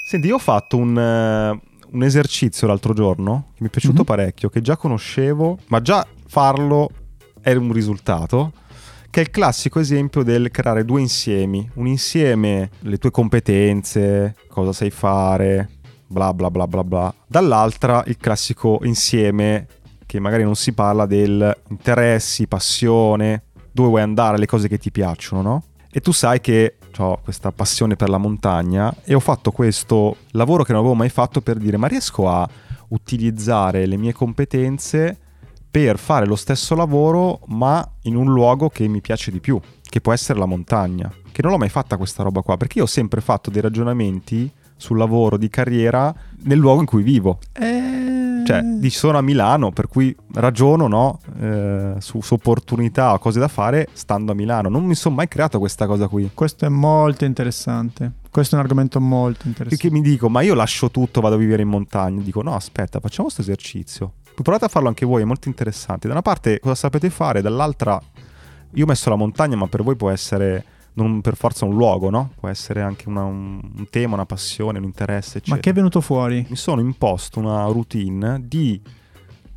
[SPEAKER 1] Senti, io ho fatto un, eh, un esercizio l'altro giorno che mi è piaciuto
[SPEAKER 2] Mhm.
[SPEAKER 1] parecchio, che già conoscevo, ma già farlo era un risultato, che è il classico esempio del creare due insiemi. Un insieme, le tue competenze, cosa sai fare, bla bla bla bla bla. Dall'altra il classico insieme che magari non si parla del interessi, passione, dove vuoi andare, le cose che ti piacciono, no? E tu sai che ho questa passione per la montagna e ho fatto questo lavoro che non avevo mai fatto per dire ma riesco a utilizzare le mie competenze per fare lo stesso lavoro ma in un luogo che mi piace di più, che può essere la montagna, che non l'ho mai fatta questa roba qua, perché io ho sempre fatto dei ragionamenti sul lavoro di carriera nel luogo in cui vivo.
[SPEAKER 2] Eh,
[SPEAKER 1] Cioè, di sono a Milano, per cui ragiono no, eh, su, su opportunità o cose da fare stando a Milano. Non mi sono mai creato questa cosa qui.
[SPEAKER 2] Questo è molto interessante. Questo è un argomento molto
[SPEAKER 1] Che,
[SPEAKER 2] interessante.
[SPEAKER 1] che mi dico, ma io lascio tutto, vado a vivere in montagna. Dico, no, aspetta, facciamo questo esercizio. Provate a farlo anche voi, è molto interessante. Da una parte cosa sapete fare, dall'altra io ho messo la montagna, ma per voi può essere non per forza un luogo, no? Può essere anche una- un, un tema, una passione, un interesse, eccetera.
[SPEAKER 2] Ma che è venuto fuori?
[SPEAKER 1] mi sono imposto una routine di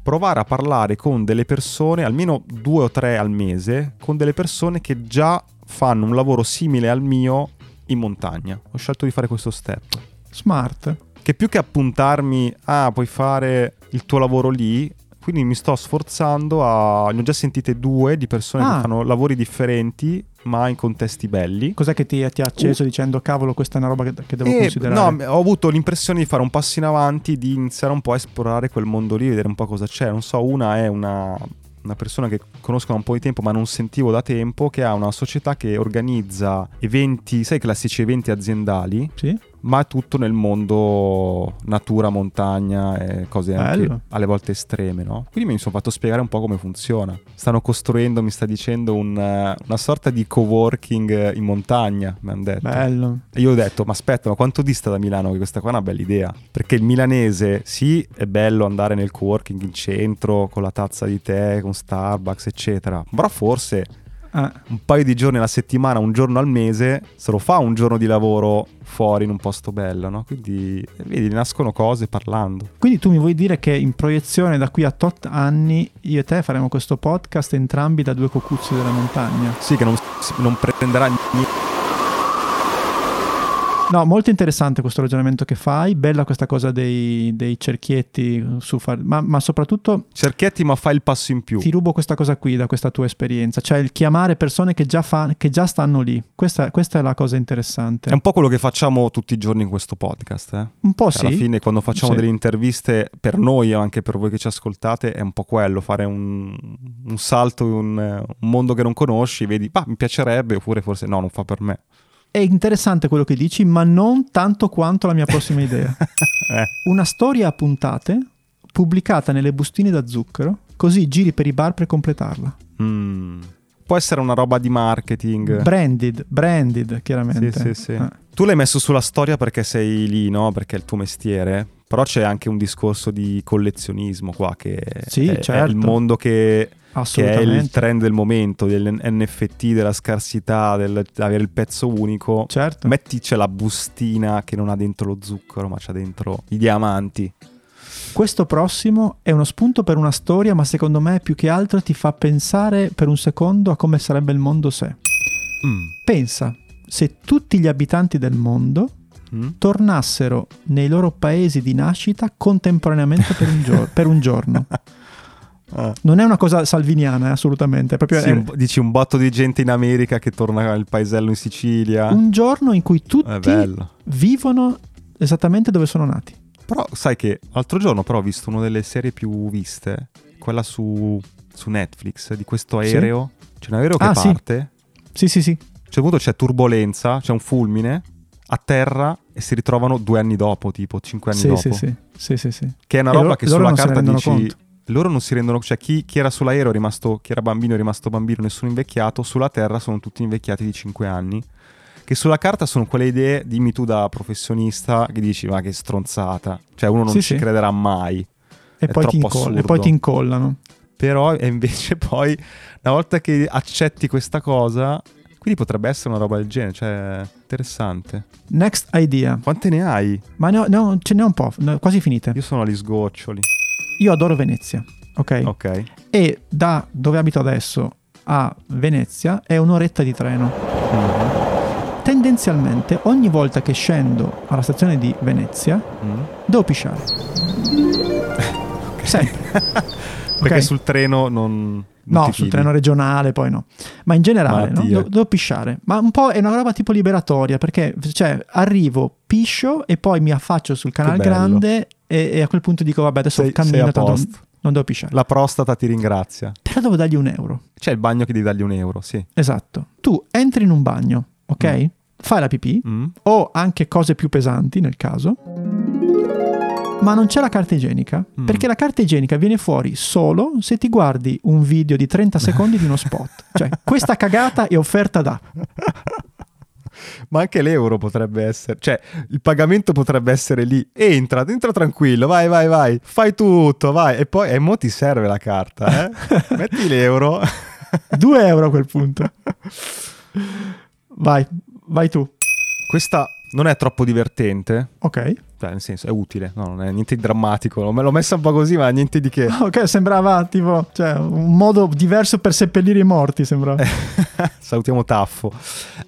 [SPEAKER 1] provare a parlare con delle persone, almeno due o tre al mese, con delle persone che già fanno un lavoro simile al mio in montagna. Ho scelto di fare questo step.
[SPEAKER 2] Smart.
[SPEAKER 1] Che più che appuntarmi, ah, puoi fare il tuo lavoro lì, quindi mi sto sforzando a... Ne ho già sentite due di persone
[SPEAKER 2] Ah.
[SPEAKER 1] che fanno lavori differenti, ma in contesti belli.
[SPEAKER 2] Cos'è che ti, ti ha acceso dicendo cavolo questa è una roba che, che devo
[SPEAKER 1] Oh. Eh,
[SPEAKER 2] considerare?
[SPEAKER 1] No, m- ho avuto l'impressione di fare un passo in avanti, di iniziare un po' a esplorare quel mondo lì, vedere un po' cosa c'è. Non so, una è una, una persona che conosco da un po' di tempo, ma non sentivo da tempo, che ha una società che organizza eventi, sai, i classici eventi aziendali,
[SPEAKER 2] Sì?
[SPEAKER 1] ma tutto nel mondo natura, montagna e cose anche
[SPEAKER 2] Bello.
[SPEAKER 1] alle volte estreme, no? Quindi mi sono fatto spiegare un po' come funziona. Stanno costruendo, mi sta dicendo, un, eh, una sorta di coworking eh, in montagna, mi hanno detto.
[SPEAKER 2] Bello.
[SPEAKER 1] E io ho detto, ma aspetta, ma quanto dista da Milano? Che questa qua è una bella idea. Perché il milanese, sì, è bello andare nel coworking in centro, con la tazza di tè, con Starbucks, eccetera. Però forse
[SPEAKER 2] Ah,
[SPEAKER 1] un paio di giorni alla settimana, un giorno al mese, se lo fa un giorno di lavoro fuori in un posto bello, no? Quindi, eh, vedi, nascono cose parlando.
[SPEAKER 2] Quindi tu mi vuoi dire che in proiezione da qui a tot anni io e te faremo questo podcast entrambi da due cocuzzi della montagna?
[SPEAKER 1] Sì, che non, non prenderà niente.
[SPEAKER 2] No, molto interessante questo ragionamento che fai, bella questa cosa dei, dei cerchietti su far- ma, ma soprattutto
[SPEAKER 1] Cerchietti, ma fa il passo in più.
[SPEAKER 2] ti rubo questa cosa qui da questa tua esperienza, cioè il chiamare persone che già, fa- che già stanno lì, questa, questa è la cosa interessante.
[SPEAKER 1] È un po' quello che facciamo tutti i giorni in questo podcast. Eh?
[SPEAKER 2] Un po'
[SPEAKER 1] Alla
[SPEAKER 2] sì,
[SPEAKER 1] fine, quando facciamo
[SPEAKER 2] Sì.
[SPEAKER 1] delle interviste per noi e anche per voi che ci ascoltate, è un po' quello: fare un, un salto in un, un mondo che non conosci, vedi, "Ah, mi piacerebbe, oppure forse no, non fa per me. <laughs>
[SPEAKER 2] è interessante quello che dici, ma non tanto quanto la mia prossima idea.
[SPEAKER 1] <laughs> Eh.
[SPEAKER 2] Una storia a puntate pubblicata nelle bustine da zucchero, così giri per i bar per completarla.
[SPEAKER 1] Mm. Può essere una roba di marketing.
[SPEAKER 2] Branded, branded chiaramente.
[SPEAKER 1] Sì, sì, sì.
[SPEAKER 2] Ah.
[SPEAKER 1] tu l'hai messo sulla storia perché sei lì, no? Perché è il tuo mestiere. Però c'è anche un discorso di collezionismo qua, che
[SPEAKER 2] Sì,
[SPEAKER 1] è- è,
[SPEAKER 2] certo.
[SPEAKER 1] il mondo che, che è
[SPEAKER 2] Assolutamente.
[SPEAKER 1] il trend del momento, dell'NFT, della scarsità, del avere il pezzo unico.
[SPEAKER 2] Certo.
[SPEAKER 1] Metti c'è la bustina che non ha dentro lo zucchero, ma c'ha dentro i diamanti.
[SPEAKER 2] Questo prossimo è uno spunto per una storia, ma secondo me più che altro ti fa pensare per un secondo a come sarebbe il mondo se.
[SPEAKER 1] Mm.
[SPEAKER 2] Pensa, se tutti gli abitanti del mondo <laughs>
[SPEAKER 1] Mm.
[SPEAKER 2] tornassero nei loro paesi di nascita contemporaneamente per un,
[SPEAKER 1] <laughs>
[SPEAKER 2] gior- per un giorno.
[SPEAKER 1] Ah.
[SPEAKER 2] Non è una cosa salviniana, eh, assolutamente. è proprio
[SPEAKER 1] Sì,
[SPEAKER 2] è-
[SPEAKER 1] un- dici un botto di gente in America che torna al paesello in Sicilia.
[SPEAKER 2] un giorno in cui
[SPEAKER 1] eh. È
[SPEAKER 2] tutti
[SPEAKER 1] bello.
[SPEAKER 2] vivono esattamente dove sono nati.
[SPEAKER 1] Però sai che l'altro giorno però ho visto una delle serie più viste, quella su, su Netflix, di questo
[SPEAKER 2] Sì.
[SPEAKER 1] aereo. C'è un aereo che
[SPEAKER 2] Ah, sì.
[SPEAKER 1] parte,
[SPEAKER 2] Sì, sì, sì.
[SPEAKER 1] a un certo punto c'è turbolenza, c'è un fulmine, a terra e si ritrovano due anni dopo, tipo cinque anni
[SPEAKER 2] Sì,
[SPEAKER 1] dopo.
[SPEAKER 2] sì, sì, sì, sì, sì.
[SPEAKER 1] Che è una
[SPEAKER 2] E
[SPEAKER 1] roba
[SPEAKER 2] loro-
[SPEAKER 1] che
[SPEAKER 2] loro
[SPEAKER 1] sulla
[SPEAKER 2] non si
[SPEAKER 1] carta
[SPEAKER 2] rendono
[SPEAKER 1] dici...
[SPEAKER 2] conto.
[SPEAKER 1] Loro non si rendono... Cioè chi, chi era sull'aereo è rimasto... Chi era bambino è rimasto bambino, nessuno invecchiato. Sulla terra sono tutti invecchiati di cinque anni. Che sulla carta sono quelle idee, dimmi tu da professionista, che dici ma che stronzata. Cioè uno non
[SPEAKER 2] Sì,
[SPEAKER 1] ci
[SPEAKER 2] sì.
[SPEAKER 1] crederà mai.
[SPEAKER 2] E,
[SPEAKER 1] È
[SPEAKER 2] poi ti
[SPEAKER 1] troppo
[SPEAKER 2] incoll- e
[SPEAKER 1] assurdo.
[SPEAKER 2] poi ti incollano.
[SPEAKER 1] Però e invece <laughs> poi una volta che accetti questa cosa, quindi potrebbe essere una roba del genere, cioè interessante.
[SPEAKER 2] Next idea.
[SPEAKER 1] Quante ne hai?
[SPEAKER 2] Ma ne ho- ne ho- ce n'è un po', ne ho quasi finite.
[SPEAKER 1] Io sono agli sgoccioli.
[SPEAKER 2] Io adoro Venezia, ok?
[SPEAKER 1] Ok.
[SPEAKER 2] E da dove abito adesso a Venezia è un'oretta di treno.
[SPEAKER 1] Mm-hmm.
[SPEAKER 2] Tendenzialmente ogni volta che scendo alla stazione di Venezia
[SPEAKER 1] Mm. <laughs>
[SPEAKER 2] devo pisciare. Sempre.
[SPEAKER 1] Perché
[SPEAKER 2] Ok.
[SPEAKER 1] sul treno non... non
[SPEAKER 2] No,
[SPEAKER 1] ti
[SPEAKER 2] sul
[SPEAKER 1] fidi.
[SPEAKER 2] treno regionale poi no. Ma in generale, no?
[SPEAKER 1] Malattia.
[SPEAKER 2] Do- devo pisciare. Ma un po' è una roba tipo liberatoria, perché cioè, arrivo, piscio e poi mi affaccio sul canal
[SPEAKER 1] bello.
[SPEAKER 2] grande e, e a quel punto dico vabbè adesso
[SPEAKER 1] Sei- sei
[SPEAKER 2] cammino,
[SPEAKER 1] a
[SPEAKER 2] tanto non,
[SPEAKER 1] posto.
[SPEAKER 2] non devo pisciare.
[SPEAKER 1] La prostata ti ringrazia.
[SPEAKER 2] Però devo dargli un euro.
[SPEAKER 1] C'è il bagno che devi dargli un euro, sì.
[SPEAKER 2] Esatto. Tu entri in un bagno, ok? Fai la pipì
[SPEAKER 1] Mm?
[SPEAKER 2] o anche cose più pesanti nel caso. Ma non c'è la carta igienica,
[SPEAKER 1] Mm.
[SPEAKER 2] perché la carta igienica viene fuori solo se ti guardi un video di
[SPEAKER 1] <laughs>
[SPEAKER 2] 30 secondi di uno spot. Cioè, questa cagata è offerta da.
[SPEAKER 1] Ma anche l'euro potrebbe essere, cioè il pagamento potrebbe essere lì. Entra, entra tranquillo, vai, vai, vai, fai tutto, vai. E poi, e mo ti serve la carta, eh? <laughs> Metti l'euro.
[SPEAKER 2] 2 euro a quel punto. Vai, vai tu.
[SPEAKER 1] Questa non è troppo divertente,
[SPEAKER 2] Ok.
[SPEAKER 1] cioè nel senso è utile, no, non è niente di drammatico. L'ho- L'ho messa un po' così, ma niente di che. <laughs>
[SPEAKER 2] Ok, sembrava tipo cioè, un modo diverso per seppellire i morti, sembrava.
[SPEAKER 1] Eh, Salutiamo Taffo.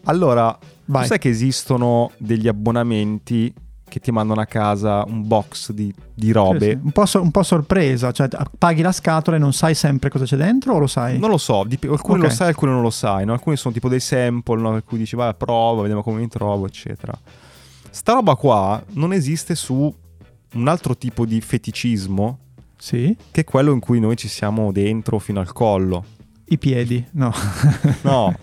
[SPEAKER 1] Allora,
[SPEAKER 2] Vai.
[SPEAKER 1] tu sai che esistono degli abbonamenti che ti mandano a casa un box di, di robe.
[SPEAKER 2] Un, po so- un po' sorpresa, cioè t- paghi la scatola e non sai sempre cosa c'è dentro o lo sai?
[SPEAKER 1] Non lo so, dip- alcuni
[SPEAKER 2] Ok.
[SPEAKER 1] lo sai, alcuni non lo sai. no? Alcuni sono tipo dei sample, no? per cui dici vai prova, vediamo come mi trovo, eccetera. Sta roba qua non esiste su un altro tipo di feticismo
[SPEAKER 2] Sì.
[SPEAKER 1] che è quello in cui noi ci siamo dentro fino al collo.
[SPEAKER 2] I piedi, no. <laughs>
[SPEAKER 1] No,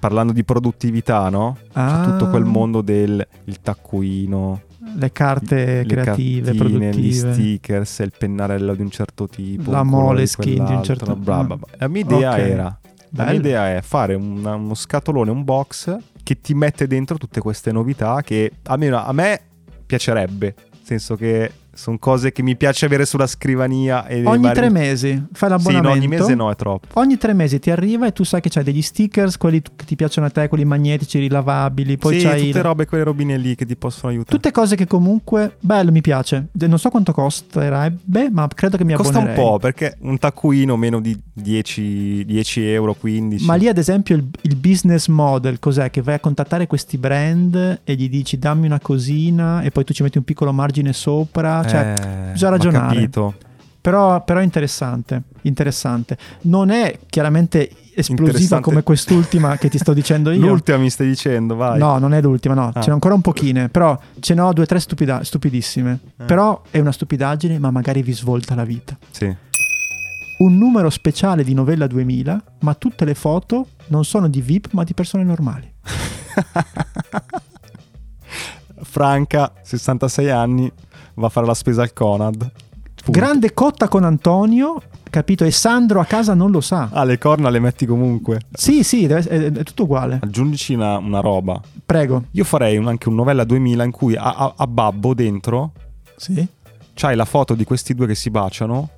[SPEAKER 1] parlando di produttività, no?
[SPEAKER 2] Ah,
[SPEAKER 1] C'è tutto quel mondo del il taccuino,
[SPEAKER 2] Le carte
[SPEAKER 1] le
[SPEAKER 2] creative,
[SPEAKER 1] cartine, gli
[SPEAKER 2] produttive.
[SPEAKER 1] stickers, il pennarello di un certo tipo,
[SPEAKER 2] La
[SPEAKER 1] un colore
[SPEAKER 2] Moleskine di un
[SPEAKER 1] quell'altro,
[SPEAKER 2] certo-
[SPEAKER 1] bla, bla, bla. La mia idea
[SPEAKER 2] Ok.
[SPEAKER 1] era la mia
[SPEAKER 2] Bello.
[SPEAKER 1] idea è fare una- uno scatolone, un box che ti mette dentro tutte queste novità che almeno a me piacerebbe, nel senso che Sono cose che mi piace avere sulla scrivania. E nei
[SPEAKER 2] Ogni
[SPEAKER 1] vari-
[SPEAKER 2] tre mesi
[SPEAKER 1] Sì,
[SPEAKER 2] fai l'abbonamento.
[SPEAKER 1] no, ogni mese no, è troppo.
[SPEAKER 2] Ogni tre mesi ti arriva e tu sai che c'hai degli stickers, quelli che ti piacciono a te, quelli magnetici, rilavabili. Poi
[SPEAKER 1] sì,
[SPEAKER 2] c'hai
[SPEAKER 1] tutte
[SPEAKER 2] il-
[SPEAKER 1] robe, quelle robine lì che ti possono aiutare.
[SPEAKER 2] tutte cose che comunque, bello, mi piace. De- Non so quanto costerebbe, ma credo che mi
[SPEAKER 1] Costa un
[SPEAKER 2] abbonerei.
[SPEAKER 1] po' perché un taccuino meno di 10, 10 euro, 15.
[SPEAKER 2] Ma lì ad esempio il, il business model cos'è? Che vai a contattare questi brand e gli dici dammi una cosina e poi tu ci metti un piccolo margine sopra. Cioè,
[SPEAKER 1] Eh,
[SPEAKER 2] bisogna
[SPEAKER 1] ma
[SPEAKER 2] ragionare.
[SPEAKER 1] Capito.
[SPEAKER 2] Però, però è interessante, interessante. Non è chiaramente esplosiva
[SPEAKER 1] Interessante.
[SPEAKER 2] come quest'ultima che ti sto dicendo io.
[SPEAKER 1] L'ultima mi stai dicendo, vai.
[SPEAKER 2] No, non è l'ultima, no,
[SPEAKER 1] Ah.
[SPEAKER 2] ce n'ho ancora un pochine, però ce n'ho due o tre stupida- stupidissime.
[SPEAKER 1] Eh.
[SPEAKER 2] Però è una stupidaggine, ma magari vi svolta la vita.
[SPEAKER 1] Sì. <laughs>
[SPEAKER 2] Un numero speciale di Novella 2000, ma tutte le foto non sono di VIP, ma di persone normali.
[SPEAKER 1] Franca, 66 anni, va a fare la spesa al Conad. Punto.
[SPEAKER 2] Grande cotta con Antonio, capito? E Sandro a casa non lo sa.
[SPEAKER 1] Ah, le corna le metti comunque.
[SPEAKER 2] Sì, sì, deve- è, è tutto uguale.
[SPEAKER 1] Aggiungici una, una roba.
[SPEAKER 2] Prego.
[SPEAKER 1] Io farei un- anche un novella 2000 in cui a, a- a Babbo dentro
[SPEAKER 2] Sì,
[SPEAKER 1] c'hai la foto di questi due che si baciano,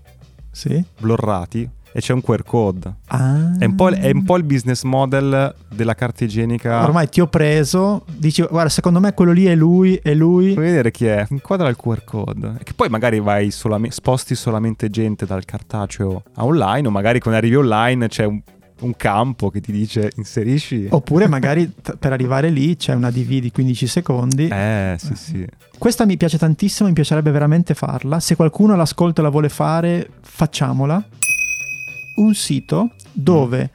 [SPEAKER 2] sì.
[SPEAKER 1] blurrati, e c'è un QR code.
[SPEAKER 2] Ah.
[SPEAKER 1] È un, po', il- è un po' il business model della carta igienica.
[SPEAKER 2] Ormai ti ho preso, dici, guarda, secondo me quello lì è lui, è lui.
[SPEAKER 1] Puoi vedere chi è, inquadra il QR code. Che poi magari vai solame- sposti solamente gente dal cartaceo a online, o magari quando arrivi online c'è un, un campo che ti dice inserisci. <laughs>
[SPEAKER 2] Oppure magari t- per arrivare lì c'è una DV di 15 secondi.
[SPEAKER 1] Eh, sì, sì.
[SPEAKER 2] Questa mi piace tantissimo, mi piacerebbe veramente farla. Se qualcuno l'ascolta e la vuole fare, facciamola. Un sito dove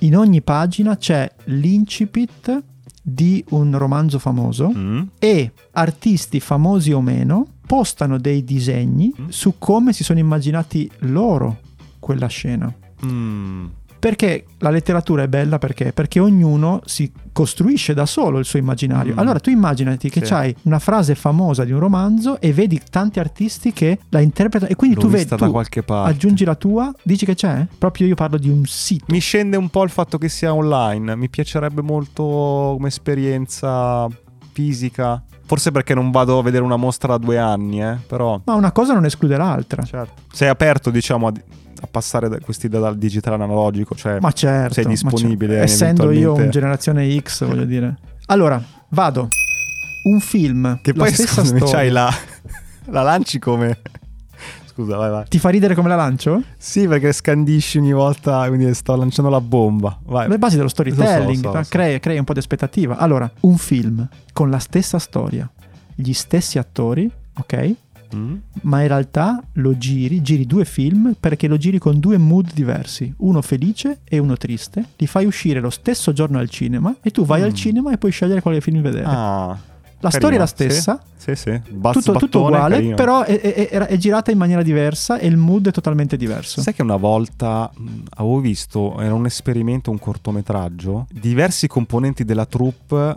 [SPEAKER 2] in ogni pagina c'è l'incipit di un romanzo famoso
[SPEAKER 1] Mm.
[SPEAKER 2] e artisti famosi o meno postano dei disegni
[SPEAKER 1] Mm.
[SPEAKER 2] su come si sono immaginati loro quella scena.
[SPEAKER 1] Mm.
[SPEAKER 2] Perché la letteratura è bella perché? Perché ognuno si costruisce da solo il suo immaginario.
[SPEAKER 1] Mm.
[SPEAKER 2] Allora tu immaginati che
[SPEAKER 1] Sì.
[SPEAKER 2] c'hai una frase famosa di un romanzo e vedi tanti artisti che la interpretano e quindi
[SPEAKER 1] L'ho
[SPEAKER 2] tu vedi
[SPEAKER 1] vista da
[SPEAKER 2] tu
[SPEAKER 1] qualche parte.
[SPEAKER 2] aggiungi la tua, dici che c'è? Proprio io parlo di un sito.
[SPEAKER 1] Mi scende un po' il fatto che sia online. Mi piacerebbe molto come esperienza fisica. Forse perché non vado a vedere una mostra da due anni, eh, però.
[SPEAKER 2] Ma una cosa non esclude l'altra.
[SPEAKER 1] Certo. Sei aperto, diciamo, a, a passare da questi da- dal digitale analogico, cioè
[SPEAKER 2] Ma certo.
[SPEAKER 1] sei
[SPEAKER 2] ma certo.
[SPEAKER 1] disponibile,
[SPEAKER 2] Essendo io
[SPEAKER 1] eventualmente.
[SPEAKER 2] un generazione X, voglio dire. Allora, vado. Un film.
[SPEAKER 1] che
[SPEAKER 2] la
[SPEAKER 1] poi
[SPEAKER 2] stessa
[SPEAKER 1] scusami,
[SPEAKER 2] storia.
[SPEAKER 1] c'hai la <laughs> la lanci come <laughs> Scusa, vai vai.
[SPEAKER 2] Ti fa ridere come la lancio?
[SPEAKER 1] Sì, perché scandisci ogni volta, quindi sto lanciando la bomba. Vai.
[SPEAKER 2] Le basi dello
[SPEAKER 1] Eh, Lo
[SPEAKER 2] storytelling,
[SPEAKER 1] so, lo so, lo so.
[SPEAKER 2] Crea, crea un po' di aspettativa. Allora, un film con la stessa storia, gli stessi attori, ok?
[SPEAKER 1] Mm?
[SPEAKER 2] Ma in realtà lo giri, giri due film perché lo giri con due mood diversi, uno felice e uno triste. Li fai uscire lo stesso giorno al cinema e tu vai
[SPEAKER 1] Mm.
[SPEAKER 2] al cinema e puoi scegliere quale film vedere.
[SPEAKER 1] Ah.
[SPEAKER 2] la storia è la stessa,
[SPEAKER 1] Sì, sì. sì. Bas-
[SPEAKER 2] tutto, tutto
[SPEAKER 1] battone,
[SPEAKER 2] uguale,
[SPEAKER 1] carino.
[SPEAKER 2] però è, è- è- è girata in maniera diversa e il mood è totalmente diverso.
[SPEAKER 1] Sai che una volta mh, avevo visto, era un esperimento, un cortometraggio, diversi componenti della troupe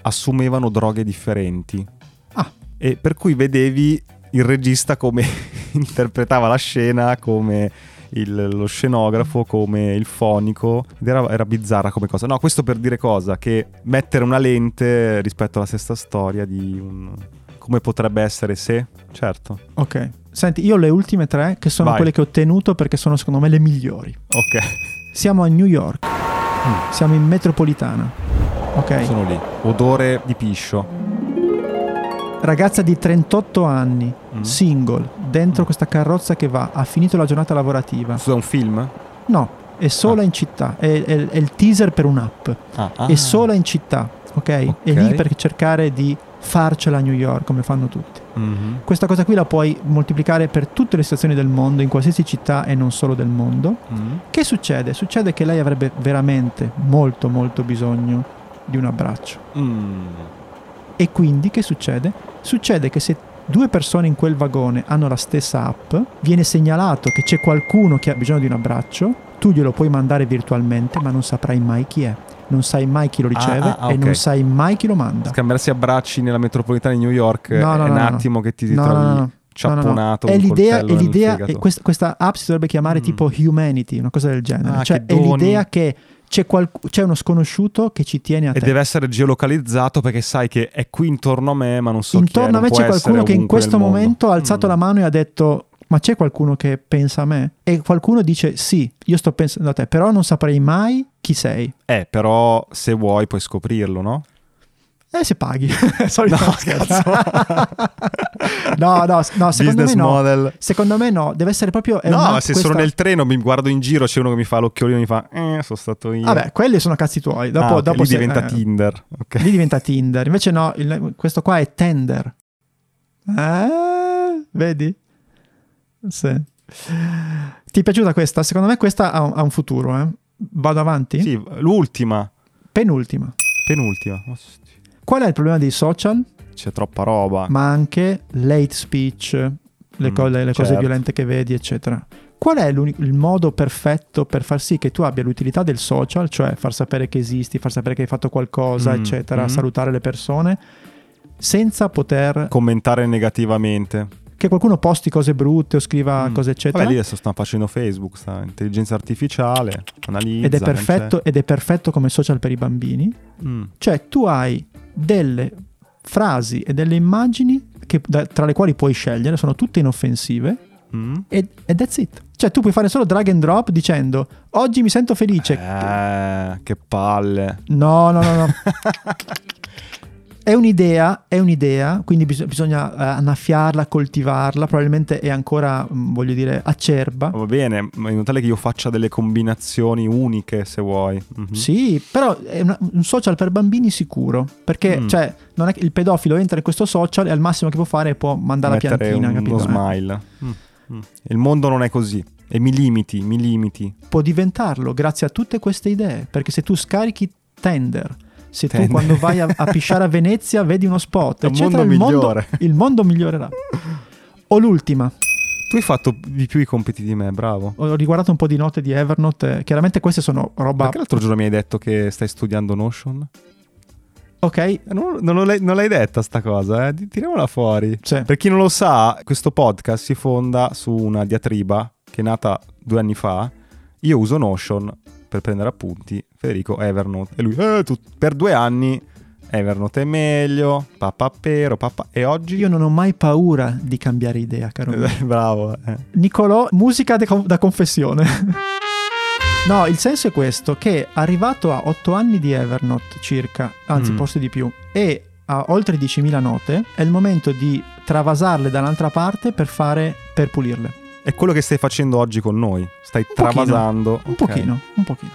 [SPEAKER 1] assumevano droghe differenti.
[SPEAKER 2] Ah.
[SPEAKER 1] E per cui vedevi il regista come <laughs> interpretava la scena, come il- lo scenografo, come il fonico. Ed era, era bizzarra come cosa. No, questo per dire cosa? Che mettere una lente rispetto alla stessa storia di un... Come potrebbe essere se? Certo.
[SPEAKER 2] Ok. Senti, io ho le ultime tre che sono
[SPEAKER 1] Vai.
[SPEAKER 2] quelle che ho ottenuto perché sono secondo me le migliori.
[SPEAKER 1] Ok.
[SPEAKER 2] Siamo a New York.
[SPEAKER 1] Mm.
[SPEAKER 2] Siamo in metropolitana. Ok.
[SPEAKER 1] Sono lì. Odore di piscio.
[SPEAKER 2] Ragazza di 38 anni,
[SPEAKER 1] Mm.
[SPEAKER 2] single, dentro
[SPEAKER 1] Mm.
[SPEAKER 2] questa carrozza che va, ha finito la giornata lavorativa.
[SPEAKER 1] Scusa, un film?
[SPEAKER 2] No, è sola in città. È, è- è il teaser per un'app.
[SPEAKER 1] Ah,
[SPEAKER 2] È sola in città, ok? È
[SPEAKER 1] Ok.
[SPEAKER 2] lì per cercare di farcela a New York come fanno tutti.
[SPEAKER 1] Mhm.
[SPEAKER 2] Questa cosa qui la puoi moltiplicare per tutte le situazioni del mondo, in qualsiasi città e non solo del mondo.
[SPEAKER 1] Mhm.
[SPEAKER 2] Che succede? Succede che lei avrebbe veramente molto molto bisogno di un abbraccio.
[SPEAKER 1] Mm.
[SPEAKER 2] E quindi che succede? Succede che se due persone in quel vagone hanno la stessa app, viene segnalato che c'è qualcuno che ha bisogno di un abbraccio, tu glielo puoi mandare virtualmente, ma non saprai mai chi è. Non sai mai chi lo riceve
[SPEAKER 1] ah, ah,
[SPEAKER 2] e
[SPEAKER 1] ok.
[SPEAKER 2] non sai mai chi lo manda.
[SPEAKER 1] Scambiarsi abbracci nella metropolitana di New York
[SPEAKER 2] No, no,
[SPEAKER 1] è
[SPEAKER 2] no,
[SPEAKER 1] un
[SPEAKER 2] no,
[SPEAKER 1] attimo che ti
[SPEAKER 2] No,
[SPEAKER 1] ritrovi
[SPEAKER 2] no, no, no. No, no, no.
[SPEAKER 1] ciapponato.
[SPEAKER 2] È
[SPEAKER 1] un
[SPEAKER 2] l'idea,
[SPEAKER 1] coltello
[SPEAKER 2] è
[SPEAKER 1] nel
[SPEAKER 2] l'idea
[SPEAKER 1] fegato.
[SPEAKER 2] e quest- questa app si dovrebbe chiamare
[SPEAKER 1] Mm.
[SPEAKER 2] tipo Humanity, una cosa del genere.
[SPEAKER 1] Ah,
[SPEAKER 2] cioè
[SPEAKER 1] che
[SPEAKER 2] è l'idea
[SPEAKER 1] doni.
[SPEAKER 2] che c'è, qualc- c'è uno sconosciuto che ci tiene a
[SPEAKER 1] E
[SPEAKER 2] te.
[SPEAKER 1] deve essere geolocalizzato perché sai che è qui intorno a me, ma non so chi è,
[SPEAKER 2] Intorno a
[SPEAKER 1] non
[SPEAKER 2] me
[SPEAKER 1] può
[SPEAKER 2] c'è
[SPEAKER 1] essere
[SPEAKER 2] qualcuno che in
[SPEAKER 1] ovunque nel
[SPEAKER 2] questo
[SPEAKER 1] mondo.
[SPEAKER 2] momento ha alzato
[SPEAKER 1] Mm.
[SPEAKER 2] la mano e ha detto: Ma c'è qualcuno che pensa a me? E qualcuno dice: Sì, io sto pensando a te, però non saprei mai chi sei.
[SPEAKER 1] Eh, però se vuoi puoi scoprirlo,
[SPEAKER 2] <laughs>
[SPEAKER 1] no?
[SPEAKER 2] Eh, se paghi. <laughs> Solito-
[SPEAKER 1] No, scherzo.
[SPEAKER 2] <laughs> no, no, s- no, secondo
[SPEAKER 1] Business
[SPEAKER 2] me no.
[SPEAKER 1] model.
[SPEAKER 2] Secondo me no, deve essere proprio. è
[SPEAKER 1] no,
[SPEAKER 2] una-
[SPEAKER 1] ma se
[SPEAKER 2] questa-
[SPEAKER 1] sono nel treno, mi guardo in giro, c'è uno che mi fa l'occhiolino e mi fa, eh, sono stato io.
[SPEAKER 2] Vabbè, quelli sono cazzi tuoi.
[SPEAKER 1] Ah,
[SPEAKER 2] Dopo,
[SPEAKER 1] ok,
[SPEAKER 2] dopo
[SPEAKER 1] lì
[SPEAKER 2] se-
[SPEAKER 1] diventa
[SPEAKER 2] eh,
[SPEAKER 1] Tinder. Ok.
[SPEAKER 2] Lì diventa Tinder. Invece no, il- questo qua è Tender. Eh, vedi? Sì. Ti è piaciuta questa? Secondo me questa ha un, ha un futuro. eh. Vado avanti?
[SPEAKER 1] Sì, l'ultima,
[SPEAKER 2] Penultima.
[SPEAKER 1] penultima. Ostia,
[SPEAKER 2] Qual è il problema dei social?
[SPEAKER 1] C'è troppa roba.
[SPEAKER 2] Ma anche late speech, le,
[SPEAKER 1] Mm,
[SPEAKER 2] co- le cose
[SPEAKER 1] certo.
[SPEAKER 2] violente che vedi, eccetera. Qual è l'uni- il modo perfetto per far sì che tu abbia l'utilità del social, cioè far sapere che esisti, far sapere che hai fatto qualcosa,
[SPEAKER 1] Mm,
[SPEAKER 2] eccetera,
[SPEAKER 1] mm.
[SPEAKER 2] salutare le persone, senza poter
[SPEAKER 1] Commentare negativamente.
[SPEAKER 2] che qualcuno posti cose brutte o scriva
[SPEAKER 1] Mm.
[SPEAKER 2] cose Ah, eccetera
[SPEAKER 1] Vabbè, lì adesso stanno facendo Facebook, sta intelligenza artificiale, analizza.
[SPEAKER 2] ed è
[SPEAKER 1] non c'è.
[SPEAKER 2] perfetto ed è perfetto come social per i bambini
[SPEAKER 1] Mm.
[SPEAKER 2] cioè tu hai delle frasi e delle immagini che- da- tra le quali puoi scegliere sono tutte inoffensive
[SPEAKER 1] Mm.
[SPEAKER 2] e, e that's it cioè tu puoi fare solo drag and drop dicendo oggi mi sento felice
[SPEAKER 1] Eh, che palle.
[SPEAKER 2] no
[SPEAKER 1] <laughs>
[SPEAKER 2] no no no È un'idea, è un'idea, quindi bis- bisogna eh, annaffiarla, coltivarla, probabilmente è ancora, mm, voglio dire, acerba.
[SPEAKER 1] Va bene, ma in tale che io faccia delle combinazioni uniche, se vuoi. Mhm.
[SPEAKER 2] Sì, però è una- un social per bambini sicuro, perché
[SPEAKER 1] Mm.
[SPEAKER 2] cioè, non è che il pedofilo entra in questo social e al massimo che può fare è può mandare la
[SPEAKER 1] Mettere
[SPEAKER 2] piantina,
[SPEAKER 1] un- uno
[SPEAKER 2] capito? Eh,
[SPEAKER 1] smile. Mm. Mm. Il mondo non è così. E mi limiti, mi limiti.
[SPEAKER 2] Eh, Può diventarlo grazie a tutte queste idee, perché se tu scarichi Tender, se
[SPEAKER 1] Tender.
[SPEAKER 2] tu quando vai a, a pisciare a Venezia vedi uno
[SPEAKER 1] <laughs>
[SPEAKER 2] spot,
[SPEAKER 1] È un
[SPEAKER 2] eccetera,
[SPEAKER 1] mondo
[SPEAKER 2] il, mondo,
[SPEAKER 1] migliore.
[SPEAKER 2] il mondo migliorerà. O l'ultima,
[SPEAKER 1] Tu hai fatto di più i compiti di me, bravo.
[SPEAKER 2] ho riguardato un po' di note di Evernote, eh, chiaramente queste sono roba...
[SPEAKER 1] Perché l'altro giorno mi hai detto che stai studiando Notion?
[SPEAKER 2] Ok,
[SPEAKER 1] Eh, Non, non l'hai, non l'hai detta sta cosa, eh? Di- Tiriamola fuori.
[SPEAKER 2] sì.
[SPEAKER 1] Per chi non lo sa, questo podcast si fonda su una diatriba che è nata due anni fa. Io uso Notion per prendere appunti, Federico Evernote. E lui, "Eh, tu- per due anni Evernote è meglio, papapero, papà. E oggi...
[SPEAKER 2] Io non ho mai paura di cambiare idea,
[SPEAKER 1] <laughs>
[SPEAKER 2] caro mio.
[SPEAKER 1] Bravo. eh.
[SPEAKER 2] Nicolò, musica de- da confessione. <laughs> No, il senso è questo, che arrivato a 8 anni di Evernote circa, anzi
[SPEAKER 1] Mm.
[SPEAKER 2] forse di più, e a oltre 10.000 note, è il momento di travasarle dall'altra parte per fare, per pulirle.
[SPEAKER 1] È quello che stai facendo oggi con noi. Stai
[SPEAKER 2] pochino,
[SPEAKER 1] travasando.
[SPEAKER 2] Un
[SPEAKER 1] Ok.
[SPEAKER 2] pochino, un pochino.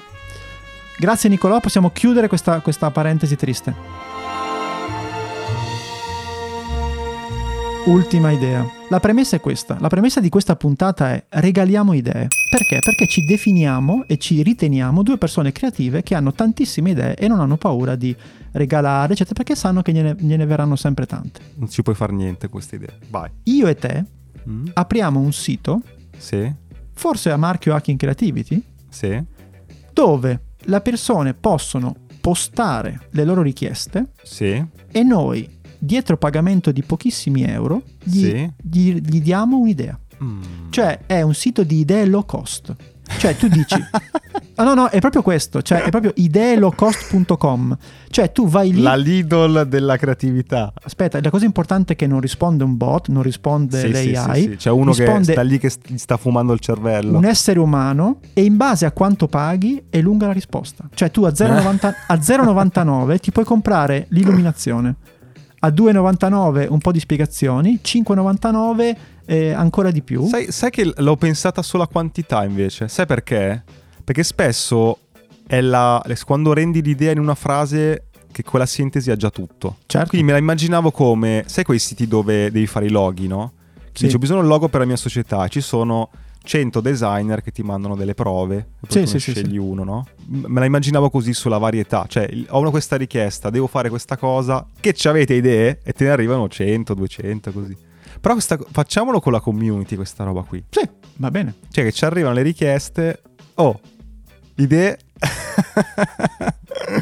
[SPEAKER 2] Grazie Nicolò, possiamo chiudere questa, questa parentesi triste. Ultima idea. La premessa è questa. La premessa di questa puntata è regaliamo idee. Perché? Perché ci definiamo e ci riteniamo due persone creative che hanno tantissime idee e non hanno paura di regalare, eccetera, perché sanno che gliene, gliene verranno sempre tante.
[SPEAKER 1] Non ci puoi fare niente queste idee. Vai.
[SPEAKER 2] Io e te
[SPEAKER 1] Mm.
[SPEAKER 2] apriamo un sito,
[SPEAKER 1] Sì,
[SPEAKER 2] forse a marchio Hacking Creativity,
[SPEAKER 1] sì,
[SPEAKER 2] dove le persone possono postare le loro richieste
[SPEAKER 1] sì.
[SPEAKER 2] e noi, dietro pagamento di pochissimi euro, gli,
[SPEAKER 1] Sì.
[SPEAKER 2] gli- gli diamo un'idea.
[SPEAKER 1] Mm.
[SPEAKER 2] Cioè è un sito di idee low cost. Cioè tu dici... Ah, no, no, è proprio questo, cioè è proprio ideelowcost.com. Cioè tu vai
[SPEAKER 1] <laughs>
[SPEAKER 2] lì...
[SPEAKER 1] La Lidl della creatività.
[SPEAKER 2] Aspetta, la cosa importante è che non risponde un bot, non risponde
[SPEAKER 1] Sì, sì,
[SPEAKER 2] l'AI.
[SPEAKER 1] sì, sì. C'è uno che
[SPEAKER 2] risponde
[SPEAKER 1] sta lì che st- gli sta fumando il cervello.
[SPEAKER 2] un essere umano e in base a quanto paghi è lunga la risposta. Cioè tu a 0,90 a 0,99 ti puoi comprare l'illuminazione, a 2,99 un po' di spiegazioni, 5,99 eh, ancora di più.
[SPEAKER 1] Sai, sai che l- l'ho pensata sulla quantità invece? Sai perché? Perché spesso è la... quando rendi l'idea in una frase che quella sintesi ha già tutto.
[SPEAKER 2] certo.
[SPEAKER 1] Ah, Quindi me la immaginavo come, sai quei siti dove devi fare i loghi, no?
[SPEAKER 2] Sì.
[SPEAKER 1] Sì. Dici, ho bisogno del logo per la mia società, ci sono 100 designer che ti mandano delle prove, e poi
[SPEAKER 2] Sì,
[SPEAKER 1] tu
[SPEAKER 2] sì,
[SPEAKER 1] ne
[SPEAKER 2] sì,
[SPEAKER 1] scegli
[SPEAKER 2] sì.
[SPEAKER 1] uno, no? M- Me la immaginavo così sulla varietà, cioè il- ho una questa richiesta, devo fare questa cosa, che ci avete idee? E te ne arrivano 100, 200, così. Però questa, co- facciamolo con la community questa roba qui,
[SPEAKER 2] Sì, va bene.
[SPEAKER 1] cioè che ci arrivano le richieste, oh, idee...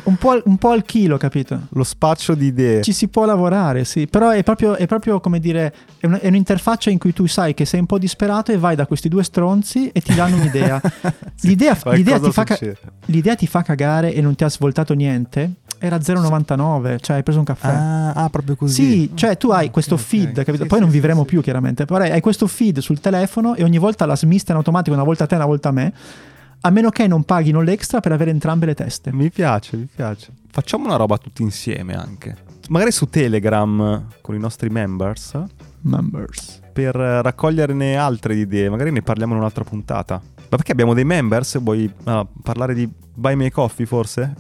[SPEAKER 2] un po', al- un po' al chilo, capito?
[SPEAKER 1] <laughs> Lo spaccio di idee.
[SPEAKER 2] Ci si può lavorare, sì, però è proprio, è proprio come dire, è, un- è un'interfaccia in cui tu sai che sei un po' disperato e vai da questi due stronzi e ti
[SPEAKER 1] <laughs>
[SPEAKER 2] danno un'idea.
[SPEAKER 1] Sì,
[SPEAKER 2] l'idea,
[SPEAKER 1] qualcosa
[SPEAKER 2] l'idea ti fa ca-
[SPEAKER 1] succede.
[SPEAKER 2] l'idea ti fa cagare e non ti ha svoltato niente? Era 0,99, cioè hai preso un caffè.
[SPEAKER 1] Ah, ah, proprio così.
[SPEAKER 2] Sì, cioè tu hai questo
[SPEAKER 1] ok.
[SPEAKER 2] feed, capito?
[SPEAKER 1] Sì, sì,
[SPEAKER 2] Poi non
[SPEAKER 1] sì,
[SPEAKER 2] vivremo
[SPEAKER 1] sì.
[SPEAKER 2] più chiaramente, però hai questo feed sul telefono e ogni volta la smista in automatico, una volta a te, una volta a me, a meno che non paghino l'extra per avere entrambe le teste.
[SPEAKER 1] Mi piace, mi piace. Facciamo una roba tutti insieme anche. Magari su Telegram con i nostri members
[SPEAKER 2] Members.
[SPEAKER 1] per eh, raccoglierne altre di idee. Magari ne parliamo in un'altra puntata. Ma perché abbiamo dei members? Vuoi ah, parlare di Buy Me a Coffee forse?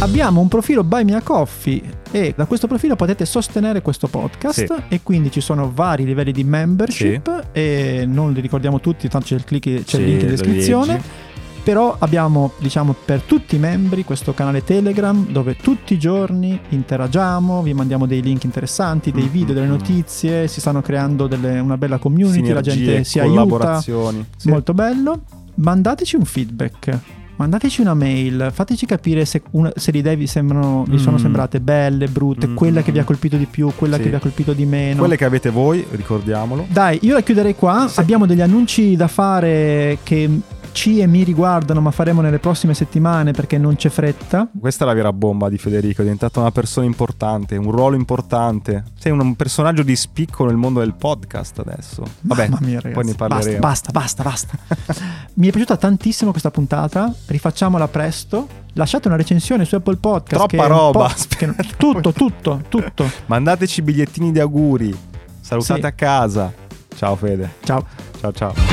[SPEAKER 2] Abbiamo un profilo Buy Me a Coffee e da questo profilo potete sostenere questo podcast
[SPEAKER 1] Sì.
[SPEAKER 2] e quindi ci sono vari livelli di membership e non li ricordiamo tutti, tanto c'è il, click- c'è
[SPEAKER 1] Sì,
[SPEAKER 2] il link in
[SPEAKER 1] lo
[SPEAKER 2] descrizione.
[SPEAKER 1] leggi.
[SPEAKER 2] Però abbiamo, diciamo, per tutti i membri questo canale Telegram dove tutti i giorni interagiamo, vi mandiamo dei link interessanti, dei video, delle
[SPEAKER 1] Mm-mm.
[SPEAKER 2] notizie, si stanno creando delle- una bella community, la
[SPEAKER 1] Sinergie,
[SPEAKER 2] gente si aiuta.
[SPEAKER 1] collaborazioni. Sì.
[SPEAKER 2] Molto bello. Mandateci un feedback. Mandateci una mail, fateci capire se, una- se le idee vi, sembrano, vi sono
[SPEAKER 1] Mm.
[SPEAKER 2] sembrate belle, brutte,
[SPEAKER 1] Mm.
[SPEAKER 2] quella che vi ha colpito di più, quella
[SPEAKER 1] Sì.
[SPEAKER 2] che vi ha colpito di meno.
[SPEAKER 1] Quelle che avete voi, ricordiamolo.
[SPEAKER 2] Dai, io la chiuderei qua.
[SPEAKER 1] Sì.
[SPEAKER 2] Abbiamo degli annunci da fare che ci e mi riguardano, ma faremo nelle prossime settimane perché non c'è fretta.
[SPEAKER 1] Questa è la vera bomba di Federico, è diventata una persona importante, un ruolo importante. Sei un, un personaggio di spicco nel mondo del podcast adesso. Vabbè,
[SPEAKER 2] Mamma mia, ragazzi.
[SPEAKER 1] poi ne parleremo.
[SPEAKER 2] Basta, basta, basta, basta. mi è piaciuta tantissimo questa puntata. Rifacciamola presto. Lasciate una recensione su Apple
[SPEAKER 1] Troppa
[SPEAKER 2] Podcast. che è un
[SPEAKER 1] roba,
[SPEAKER 2] po- che- tutto, tutto, tutto.
[SPEAKER 1] Mandateci bigliettini di auguri. Salutate
[SPEAKER 2] Sì.
[SPEAKER 1] a casa. Ciao Fede,
[SPEAKER 2] Ciao.
[SPEAKER 1] ciao ciao.